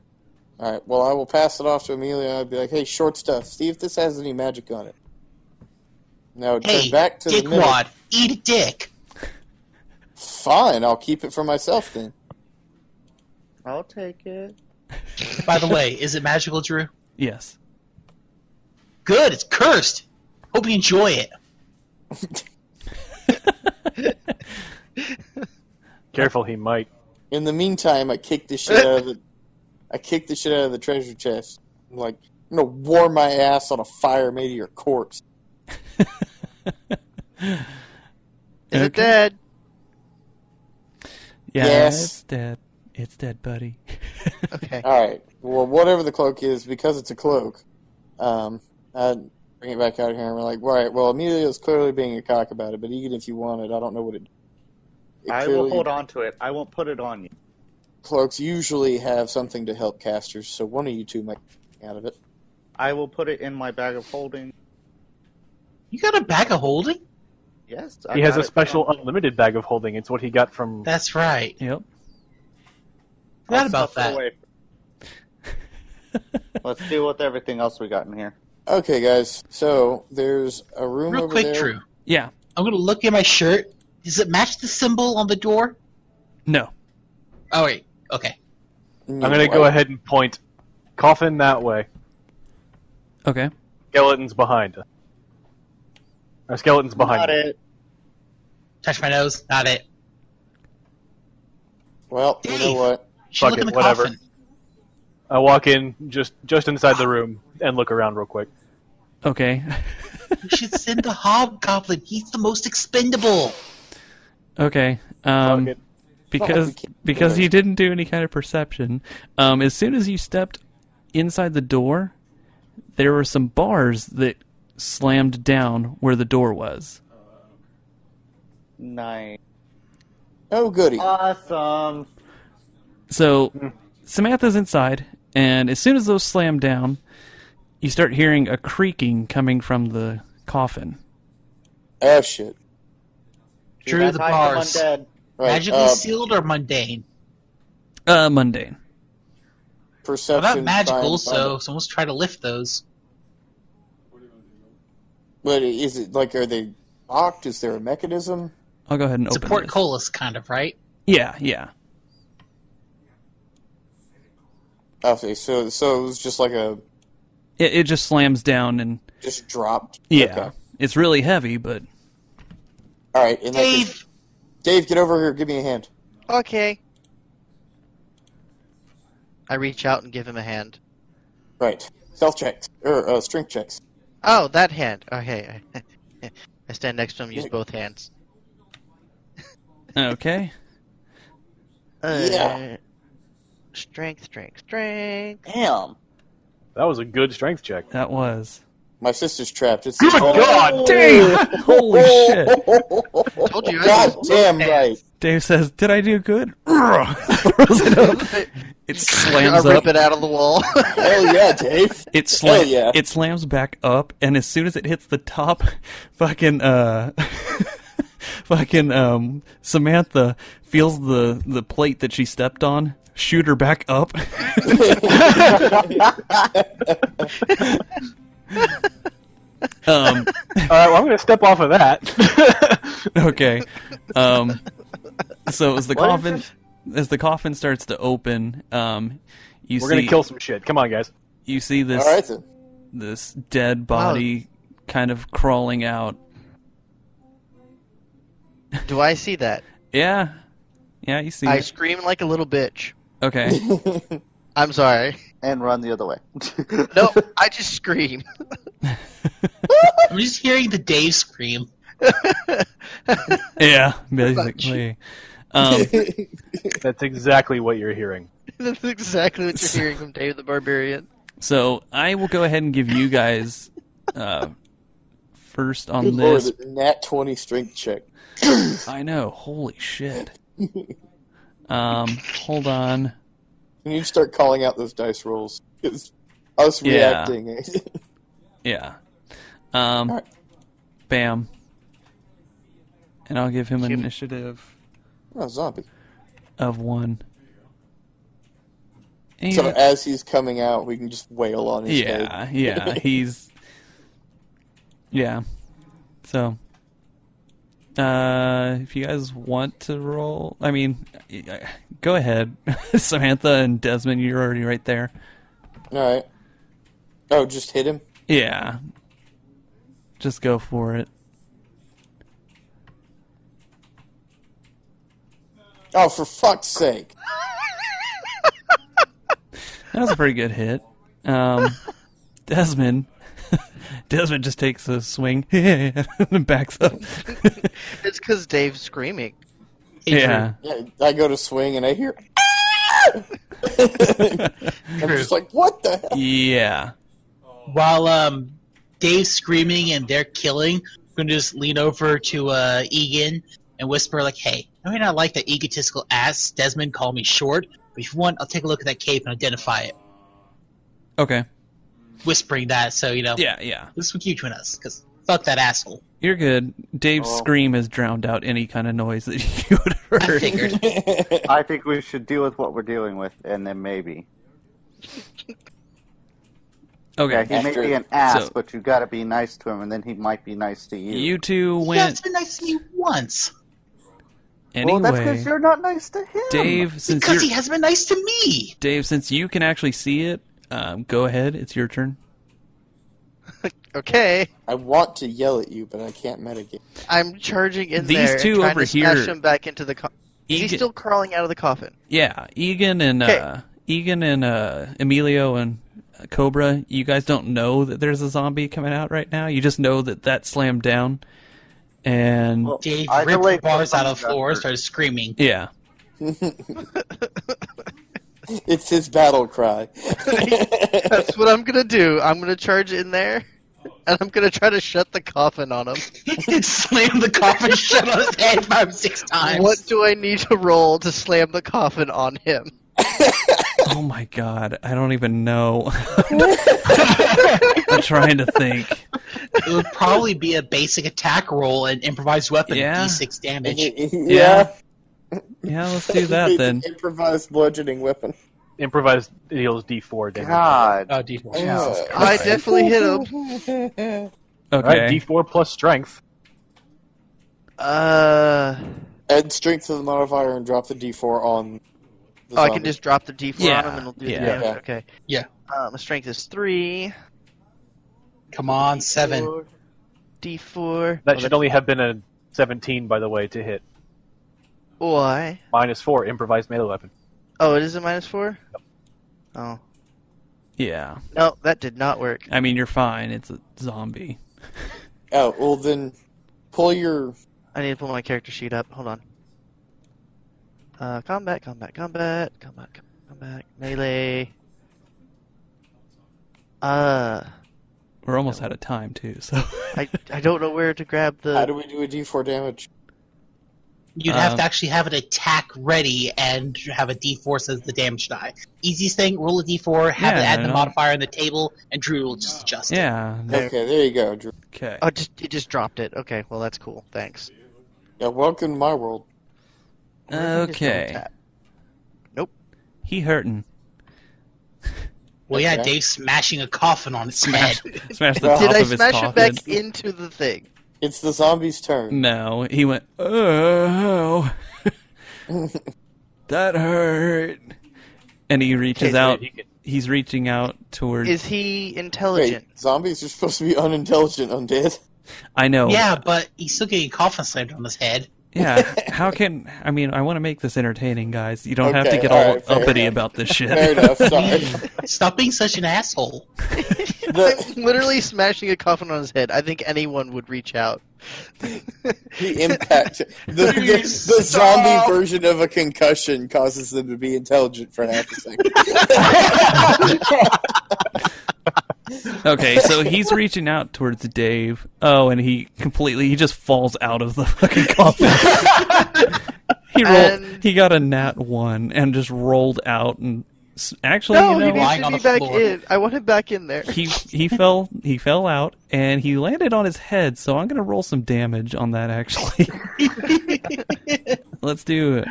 All right. Well, I will pass it off to Amelia. I'd be like, "Hey, short stuff. See if this has any magic on it." Now turn
Hey,
back to the middle.
dickwad, eat a dick.
Fine, I'll keep it for myself then.
I'll take it.
By the way, is it magical, Drew?
yes
Good, it's cursed. Hope you enjoy it.
Careful, he might.
In the meantime, I kick the shit out of the, I kick the shit out of the treasure chest. I'm like, I'm gonna warm my ass on a fire made of your corpse.
Is it
Okay.
dead?
yeah
Yes.
it's dead it's dead buddy
Okay.
All right. Well, whatever the cloak is, because it's a cloak, um, I bring it back out here, and we're like, all right. Well, Amelia's clearly being a cock about it, but even if you want it, I don't know what it. it
I will
clearly-
hold on to it. I won't put it on you.
Cloaks usually have something to help casters, so one of you two might get out of it.
I will put it in my bag of holding.
You got a bag of holding?
Yes.
He has
got
a
it
special
from-
unlimited bag of holding. It's what he got from.
That's right.
yep
Forgot
I'll
about
stuff
that.
it away. Let's deal with everything else we got in here.
Okay, guys. So there's a room
Real
over
quick,
there.
Drew.
yeah
I'm gonna look at my shirt. Does it match the symbol on the door?
no
Oh wait, okay.
No,
I'm gonna go
I-
ahead and point. Coffin that way.
okay
Skeletons behind. Or skeletons behind.
Got
you.
it.
Touch my nose. Not it.
Well, you know
Dave.
what?
Should
Fuck
look
it,
in the
whatever.
coffin.
I walk in just just inside the room and look around real quick.
okay
We should send the hobgoblin. He's the most expendable.
okay um
Fuck it.
Well, we
because
can't-
because you didn't do any kind of perception. Um, as soon as you stepped inside the door, there were some bars that slammed down where the door was.
Nice.
Oh, goody.
Uh, Awesome.
So Samantha's inside, and as soon as those slam down, you start hearing a creaking coming from the coffin.
oh shit.
Drew,
That's
the
how I come
bars.
undead.
Right.
Magically
uh,
sealed or mundane?
Uh, mundane.
perception.
Well, not magical,
find- find
so
it.
someone's trying to lift those.
But is it like are they locked? Is there a mechanism?
I'll go ahead and
It's a
open this.
portcullis, kind of, right?
Yeah, yeah.
I see. So, so it was just like a
It, it just slams down and
just dropped.
yeah,
Okay.
it's really heavy, but
All right. And
Dave.
Dave, get over here. Give me a hand.
Okay. I reach out and give him a hand.
Right. Stealth checks or uh, strength checks.
Oh, that hand. Okay. I stand next to him. Use both hands.
okay.
Uh,
Yeah.
Strength, strength, strength.
Damn.
That was a good strength check.
That was
My sister's trapped. It's Oh,
Good
Oh.
God, Dave!
holy shit.
Told you. I
God
used both
damn
hands.
right.
Dave says, "Did I do good?" Throws it up. It slams
I rip
up.
it out of the wall.
Hell yeah, Dave.
It slams.
Hell yeah.
It slams back up, and as soon as it hits the top, fucking uh, fucking um, Samantha feels the the plate that she stepped on shoot her back up. um.
All right, well, I'm going to step off of that.
Okay. Um. So as the
What is
coffin, as the coffin starts to open, um, you
We're
see
going to kill some shit. Come on, guys.
you see
All
this
right then.
this dead body kind of crawling out.
Do I see that?
Yeah. Yeah, you see.
I
it.
scream like a little bitch.
Okay.
I'm sorry.
And run the other way.
No, I just scream.
I'm just hearing the Dave scream.
yeah, basically. Um,
That's exactly what you're hearing.
That's exactly what you're hearing from Dave the Barbarian.
so I will go ahead and give you guys uh, first on
Good lord,
this.
nat twenty strength check.
I know. Holy shit. Um, hold on.
You need to start calling out those dice rolls. 'cause us
Yeah.
reacting.
Yeah. Um,
Alright.
Bam. And I'll give him an
Give-
initiative
oh, zombie.
of one.
So
And-
as he's coming out, we can just wail on his head.
Yeah, yeah, he's yeah. So, uh, if you guys want to roll, I mean, I- I- go ahead, Samantha and Desmond. You're already right there.
All right. Oh, just hit him.
Yeah, just go for it.
Oh, for fuck's sake!
That was a pretty good hit. Um, Desmond. Desmond just takes a swing and backs up.
It's because Dave's screaming.
yeah.
Yeah, I go to swing and I hear. I'm just like, what the hell?
Yeah.
While um, Dave's screaming and they're killing, I'm gonna just lean over to uh, Egan and whisper like, "Hey, I may not like that egotistical ass Desmond called me short, but if you want, I'll take a look at that cave and identify it."
Okay.
Whispering that, so you know,
Yeah, yeah.
this will keep between us because fuck that asshole.
You're good. Dave's
Oh.
scream has drowned out any kind of noise that you would have
I
heard.
figured.
I think we should deal with what we're dealing with, and then maybe. Yeah,
Okay.
he may be an ass,
So-
but you gotta be nice to him, and then he might be nice to you.
You two
yeah, it's
went
been nice to me once
well, that's
anyway.
because you're not nice to him.
Dave, since
because
you're,
he hasn't been nice to me.
Dave, since you can actually see it, um, go ahead. It's your turn.
Okay,
I want to yell at you, but I can't medicate.
I'm charging in
These
there. and
two
trying
over
to smash
here-
him back into the. Co- Is he
Egan-
still crawling out of the coffin?
Yeah, Egan and
Okay.
uh, Egan and uh, Emilio and uh, Cobra. You guys don't know that there's a zombie coming out right now. You just know that that slammed down, and
Well,
Dave
I
ripped the
delayed
bars out
something
of the floor,
after-
started screaming.
yeah,
It's his battle cry.
That's what I'm gonna do. I'm gonna charge in there, and I'm gonna try to shut the coffin on him.
and slammed the coffin shut on his head five six times.
What do I need to roll to slam the coffin on him?
oh my god, I don't even know. I'm trying to think.
It would probably be a basic attack roll and improvised weapon
Yeah.
d6 damage.
yeah.
Yeah, let's do that
It's
then.
an Improvised bludgeoning weapon.
Improvised deals D4 damage.
God.
Uh,
Oh, d4.
Jesus
Yeah.
I definitely hit him.
him.
Okay.
All right, D4 plus strength.
Uh,
add strength to the modifier and drop the d4 on.
Oh,
The
I
zombie.
can just drop the D4
Yeah,
on him and it'll do
yeah.
the damage. Okay.
Yeah.
Uh, my strength is three.
Come on, seven.
Four, D4.
That should only have been a 17, by the way, to hit.
Why?
Minus 4, improvised melee weapon.
Oh, it is a minus four. Oh
Yeah.
no, that did not work.
I mean, you're fine. It's a zombie.
Oh, well then, pull your.
I need to pull my character sheet up. Hold on. Uh, combat, combat, combat, combat, com- combat, melee. Uh,
We're almost out of time too. So
I I don't know where to grab
How
the.
do we do a d4 damage?
You'd have
Um,
to actually have an attack ready and have a d4 as the damage die. Easiest thing, roll a d4, have it
Yeah,
add
no,
the
no.
modifier on the table, and Drew will just adjust it.
yeah.
There.
Okay, there you go. Drew.
Okay.
Oh, just it just dropped it. Okay, well that's cool. Thanks.
Yeah, welcome to my world.
Where did it just
Okay.
tap?
He hurting.
Well, yeah,
Okay.
Dave's smashing a coffin on its
Smash.
head.
Smash the
Well-
top
Did I
of his
smash
coffin.
it back into the thing?
It's the zombie's
Mm.
turn.
No, he went. Oh, that hurt. And he reaches
Okay,
out.
He can-
He's reaching out towards.
Is he intelligent?
Wait, zombies are supposed to be unintelligent undead.
I know.
Yeah, but he's still getting coffin slammed on his head.
Yeah. How can I mean? I want to make this entertaining, guys. You don't have to
Okay,
get
all
all
right, fair
uppity
enough.
about this shit.
Fair enough. Sorry.
Stop being such an asshole.
The-
I'm literally smashing a coffin on his head. I think anyone would reach out.
the impact, the, the, the
Stop.
zombie version of a concussion causes them to be intelligent for half a second.
Okay, so he's reaching out towards Dave. Oh, and he completely he just falls out of the fucking coffin. he rolled.
And-
He got a nat one and just rolled out and s- actually,
no,
you know,
he needs
lying
to
on
be
the
back
floor.
in. I want him back in there.
he he fell he fell out and he landed on his head. So I'm gonna roll some damage on that. Actually, let's do it.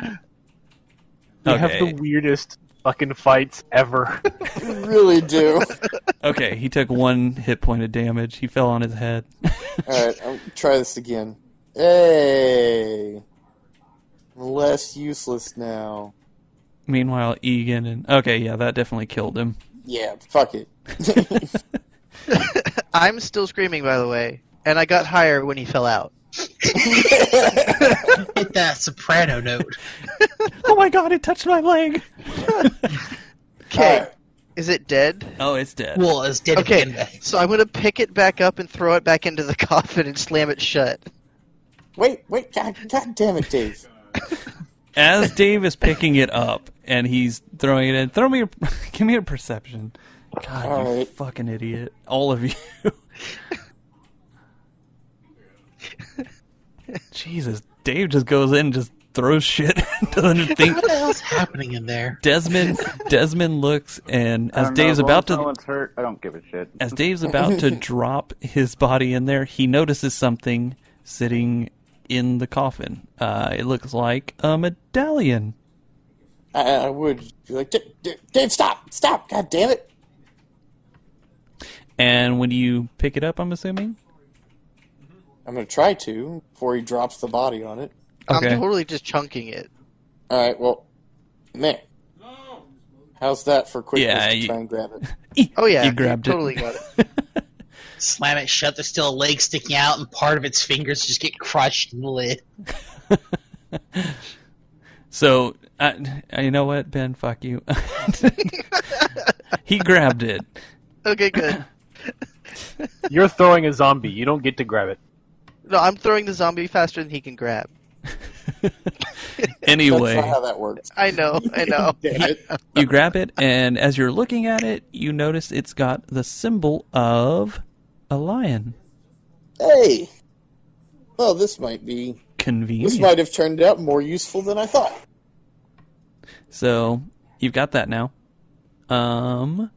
You have the
Okay.
weirdest fucking fights ever.
You really do.
Okay. He took one hit point of damage. He fell on his head.
All right, I'll try this again. Hey, less useless now.
Meanwhile, Egan and okay, yeah, that definitely killed him.
Yeah, fuck it.
I'm still screaming, by the way, and I got higher when he fell out.
Hit that soprano note.
Oh my god, it touched my leg.
Okay,
All right.
is it dead?
Oh, it's dead.
Well, it's dead
Okay,
again.
so I'm gonna pick it back up and throw it back into the coffin and slam it shut.
Wait, wait, god, god damn it, Dave.
As Dave is picking it up and he's throwing it in, throw me a, give me a perception. God, you
Alright.
fucking idiot. All of you. Jesus, Dave just goes in and just throws shit doesn't think
What the hell's happening in there?
Desmond Desmond looks and
I
as
don't know,
Dave's
long
about
as
to
no one's hurt. I don't give a shit.
as Dave's about to drop his body in there, he notices something sitting in the coffin. Uh, it looks like a medallion.
I, I would be like, "D- D- Dave, stop, stop, god damn it.
And when you pick it up, I'm assuming.
I'm gonna try to before he drops the body on it.
Okay.
I'm totally just chunking it.
All right, well, man, how's that for quickness
Yeah,
to
you-
try and grab it?
Oh yeah,
You grabbed it.
totally got it.
Slam it shut. There's still a leg sticking out, and part of its fingers just get crushed in the lid.
So, uh, you know what, Ben? Fuck you. he grabbed it.
Okay, good.
You're throwing a zombie. You don't get to grab it.
No, I'm throwing the zombie faster than he can grab.
Anyway,
That's not how that works.
I know, I know.
Damn it.
you grab it, and as you're looking at it, you notice it's got the symbol of a lion.
Hey, well, this might be. This
Convenient.
might have turned out more useful than I thought.
So you've got that now. Um.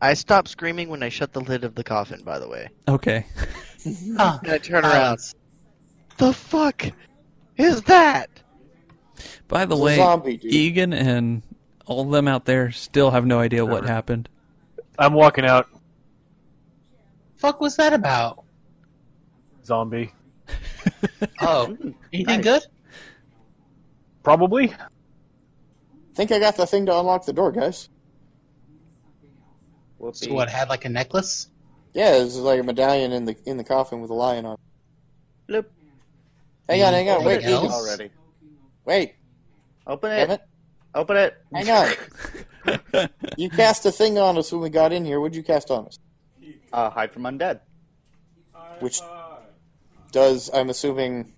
I stopped screaming when I shut the lid of the coffin. By the way,
Okay.
Hmm.
Huh.
and I turn around. The fuck is that?
By the
It's a
way,
zombie, dude.
Egan and all of them out there still have no idea what happened.
I'm walking out,
fuck was that about?
zombie.
Hmm.
Oh, anything good?
Probably.
Think I got the thing to unlock the door, guys.
Whoopee.
So what? Had like a necklace?
Yeah, this is like a medallion in the in the coffin with a lion on. it.
Look.
Hang on, hang on,
Open
wait,
it
Anything
Deacon.
else?
already.
wait,
Open
damn
it.
it,
Open it.
hang on. You cast a thing on us when we got in here. What'd you cast on us?
Uh, hide from undead.
Which does I'm assuming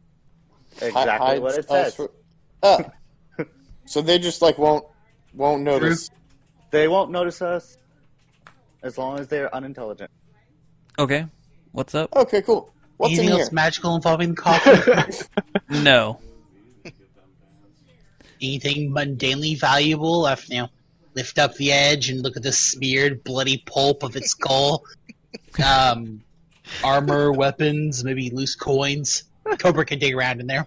hi-
Exactly
hides
what it
us
says.
fro- Ah. so they just like won't won't notice.
They won't notice us as long as they're unintelligent.
Okay, what's up?
Okay, cool. What's in
Anything
here?
else magical involving the coffin?
No.
Anything mundanely valuable? I've, you know, lift up the edge and look at the smeared, bloody pulp of its skull. Um, armor, weapons, maybe loose coins. Cobra can dig around in there.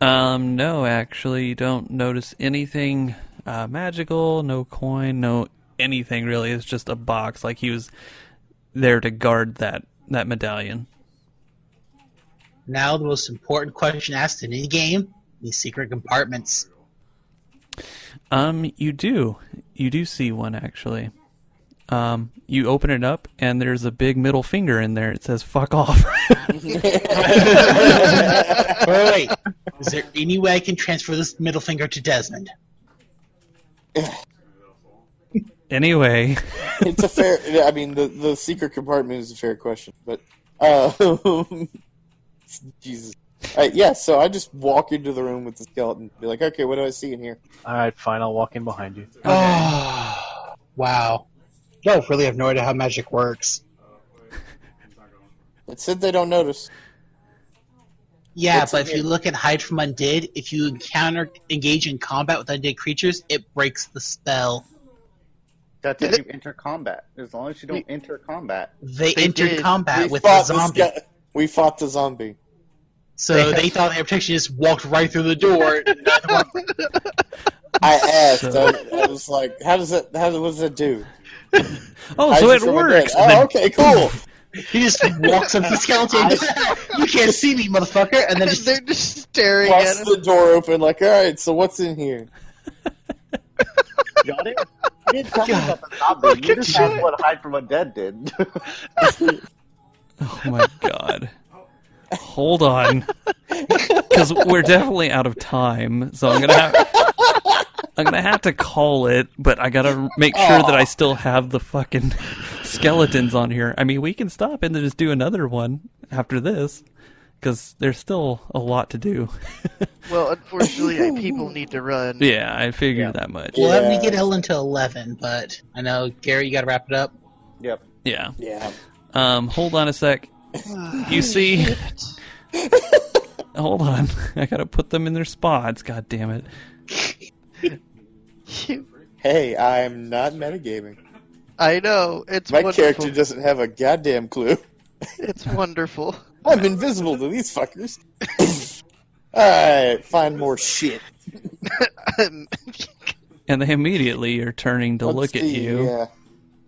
Um, no, actually, you don't notice anything uh, magical. No coin, no anything really. It's just a box. Like he was there to guard that that medallion.
Now the most important question asked in any game: these secret compartments.
Um, you do, you do see one actually. Um, you open it up and there's a big middle finger in there. It says "fuck off."
Wait, wait, is there any way I can transfer this middle finger to Desmond?
anyway,
it's a fair. I mean, the the secret compartment is a fair question, but uh, Jesus. All right, yeah. So I just walk into the room with the skeleton, be like, okay, what do I see in here?
All right, fine. I'll walk in behind you.
Oh, wow. You guys really have no idea how magic works.
It said they don't notice.
Yeah,
What's
but
in
if you
it?
look at hide from undead, if you encounter engage in combat with undead creatures, it breaks the spell.
That's if you enter combat. As long as you don't enter combat.
They,
They
entered
did.
Uh,
combat
We
with the
fought the
zombie,
ske- we fought the zombie.
so they thought their protection just walked right through the door.
I asked.
So-
I, I was like, how does that? How does what does that do?
oh,
I
so it
just went like,
works. And
Oh,
then
okay, cool.
he just walks up to the skeleton. you can't see me, motherfucker! And then just
They're just staring
Bust
at
the
us.
door open. Like, all right. So what's in here?
Got it? You didn't tell me about the zombie. You just asked what hide from undead did.
Oh my god. Hold on. Cuz we're definitely out of time, so I'm going to have I'm going to have to call it, but I got to make sure that I still have the fucking skeletons on here. I mean, we can stop and then just do another one after this cuz there's still a lot to do.
Well, unfortunately, I- people need to run.
yeah, I figured that much.
we'll have
Yeah.
to get hell until eleven. But I know Gary, you got to wrap it up.
yep.
Yeah.
Yeah.
Um hold on a sec. You see Hold on. I got to put them in their spots. God damn it.
Hey, I'm not metagaming.
I know it's
My
wonderful.
character doesn't have a goddamn clue.
It's wonderful.
I'm invisible to these fuckers. Alright, find more shit.
Um,
and they immediately are turning to
Let's
look at
see,
you.
Yeah.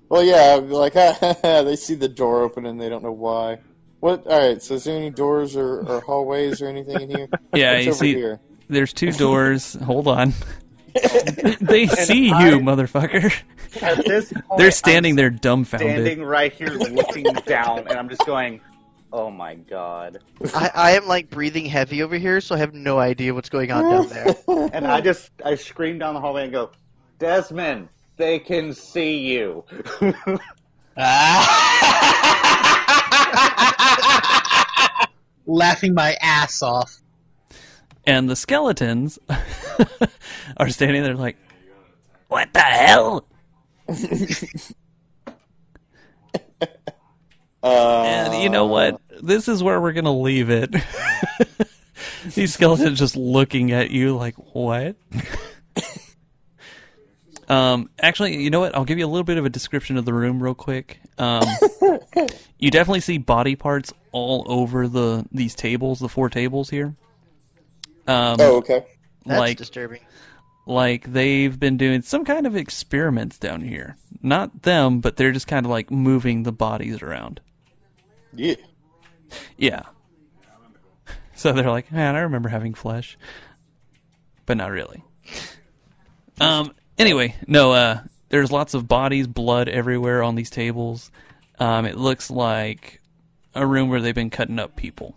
Well, yeah, I'd be like, they see the door open and they don't know why. What? Alright, so is there any doors or, or hallways or anything in here?
Yeah,
What's
you
over
see-
here?
There's two doors. Hold on. they see
I-
you, motherfucker.
At this point,
They're standing
I'm
there dumbfounded.
Standing right here looking down, and I'm just going, oh my god.
I, I am like breathing heavy over here, so I have no idea what's going on down there.
And I just, I scream down the hallway and go, Desmond, they can see you.
Ah. Laughing my ass off.
And the skeletons are standing there like, What the hell?
Uh,
And you know what? This is where we're going to leave it. These skeletons just looking at you like, what? um, actually, you know what? I'll give you a little bit of a description of the room real quick. Um, you definitely see body parts all over the these tables, the four tables here. Um,
Oh, okay.
That's
like
disturbing.
like they've been doing some kind of experiments down here. Not them, but they're just kind of like moving the bodies around.
Yeah.
Yeah. So they're like, man, I remember having flesh. but not really. Um. Anyway, no. Uh, there's lots of bodies, blood everywhere on these tables. Um, it looks like a room where they've been cutting up people.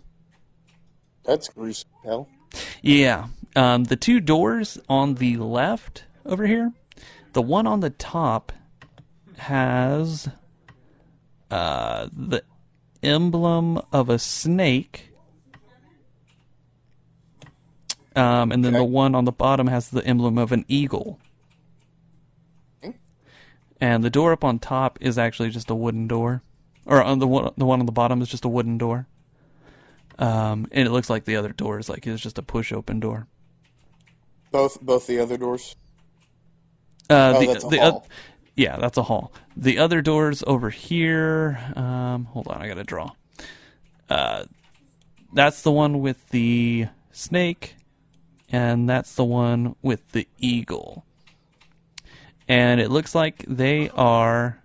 That's gruesome. as Hell.
Yeah. Um, the two doors on the left over here, the one on the top has uh, the emblem of a snake. Um, and then the
Okay.
one on the bottom has the emblem of an eagle. And the door up on top is actually just a wooden door, or on the one, the one on the bottom is just a wooden door. Um, and it looks like the other door is like it's just a push open door.
Both both the other doors.
Uh,
Oh,
the,
that's a
the
hall.
oth- yeah, that's a hall. The other doors over here. Um, hold on, I gotta draw. Uh, that's the one with the snake, and that's the one with the eagle. And it looks like they are.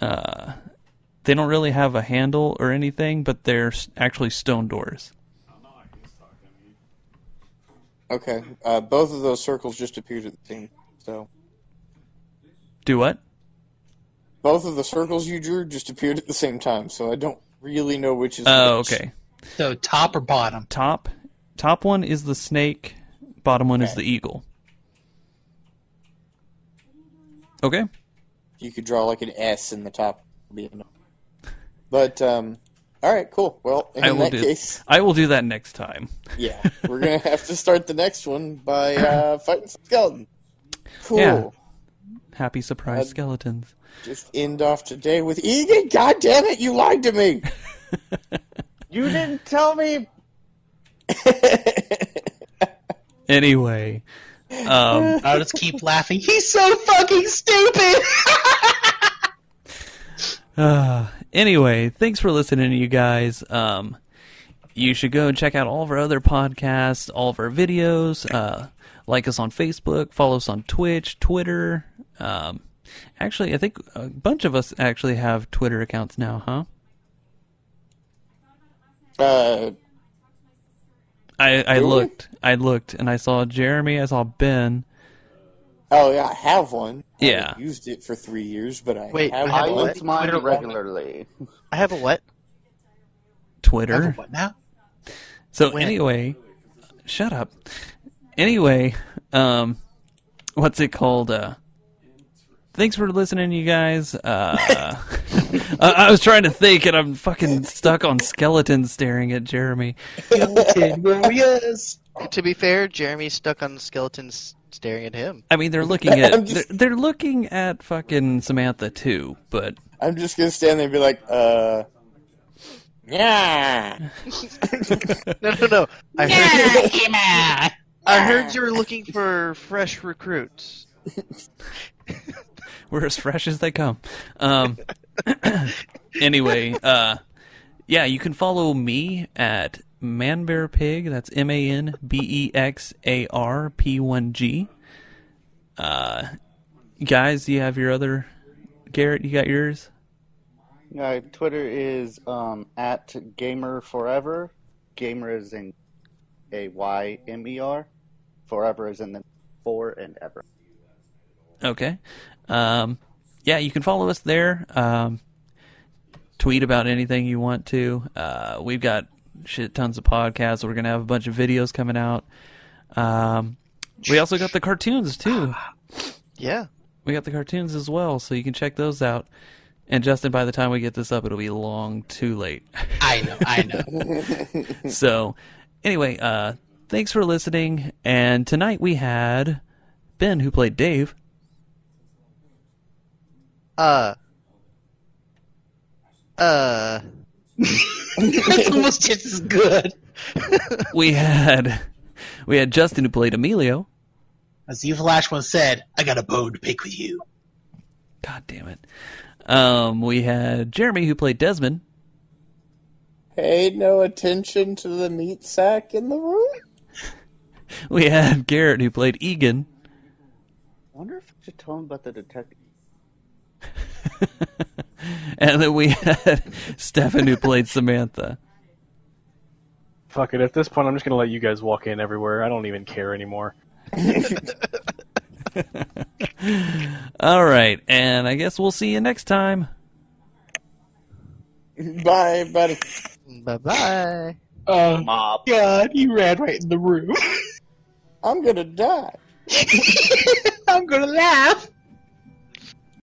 Uh, they don't really have a handle or anything, but they're s- actually stone doors.
Okay. Uh, both of those circles just appeared at the same. So
Do what?
both of the circles you drew just appeared at the same time. So I don't really know which is.
Oh,
which.
okay.
So top or bottom?
top top one is the snake bottom one is
Okay.
the eagle okay
You could draw like an S in the top. But um, all right, cool. Well, in
i will
that
do
case,
i will do that next time
yeah, we're gonna have to start the next one by uh, fighting some skeleton. Cool.
Yeah. happy surprise
Uh,
skeletons
Just end off today with Egan. God damn it, you lied to me.
You didn't tell me.
anyway um
I'll just keep laughing. He's so fucking stupid.
Uh, anyway, thanks for listening to you guys. Um, you should go and check out all of our other podcasts, all of our videos. Uh, like us on Facebook, follow us on Twitch, Twitter. Um, actually, I think a bunch of us actually have Twitter accounts now, huh?
uh,
I, I
Really?
looked, I looked, and I saw Jeremy, I saw Ben.
oh yeah, I have one. I
Yeah.
haven't used it for three years, but I
Wait,
have
I
I
have
one.
what?
use mine
Twitter wallet.
regularly.
I have a what?
Twitter.
what now?
So
When-
anyway, shut up. Anyway, um, what's it called? Uh, thanks for listening, you guys. Uh, I, I was trying to think, and I'm fucking stuck on skeletons staring at Jeremy.
Skeleton, where he is.
To be fair, Jeremy's stuck on the skeletons staring at him.
I mean, they're looking at
I'm just-
they're, they're looking at fucking Samantha too, but
I'm just gonna stand there and be like, uh, yeah.
No, no, no. I heard,
Yeah, come on.
I heard you were looking for fresh recruits.
we're as fresh as they come. Um, anyway, uh, yeah, you can follow me at manbearpig. That's M A N B E X A R P one G. Uh, guys, you have your other Garrett. You got yours.
Uh, Twitter is um, at gamer forever. Gamer is in a y m e r. Forever is in the four and ever.
Okay. Um, yeah, you can follow us there. Um, tweet about anything you want to. Uh, we've got shit tons of podcasts. We're gonna have a bunch of videos coming out. Um, we also got the cartoons too.
Yeah.
We got the cartoons as well, so you can check those out. And Justin, by the time we get this up, it'll be long too late.
I know, I know.
so, anyway, uh, thanks for listening. And tonight we had Ben, who played Dave.
Uh. Uh.
That's almost just as good.
We had we had Justin, who played Emilio.
As Evil Ash once said, I got a bone to pick with you.
God damn it. Um, we had Jeremy, who played Desmond.
Paid no attention to the meat sack in the room.
We had Garrett, who played Egan.
I wonder if I should tell him about the detective.
And then we had Stefan, who played Samantha.
fuck it. At this point, I'm just gonna let you guys walk in everywhere. I don't even care anymore.
All right, and I guess we'll see you next time.
Bye, everybody.
Bye bye.
Oh
Mob.
god, he ran right in the room.
I'm gonna die.
I'm gonna laugh.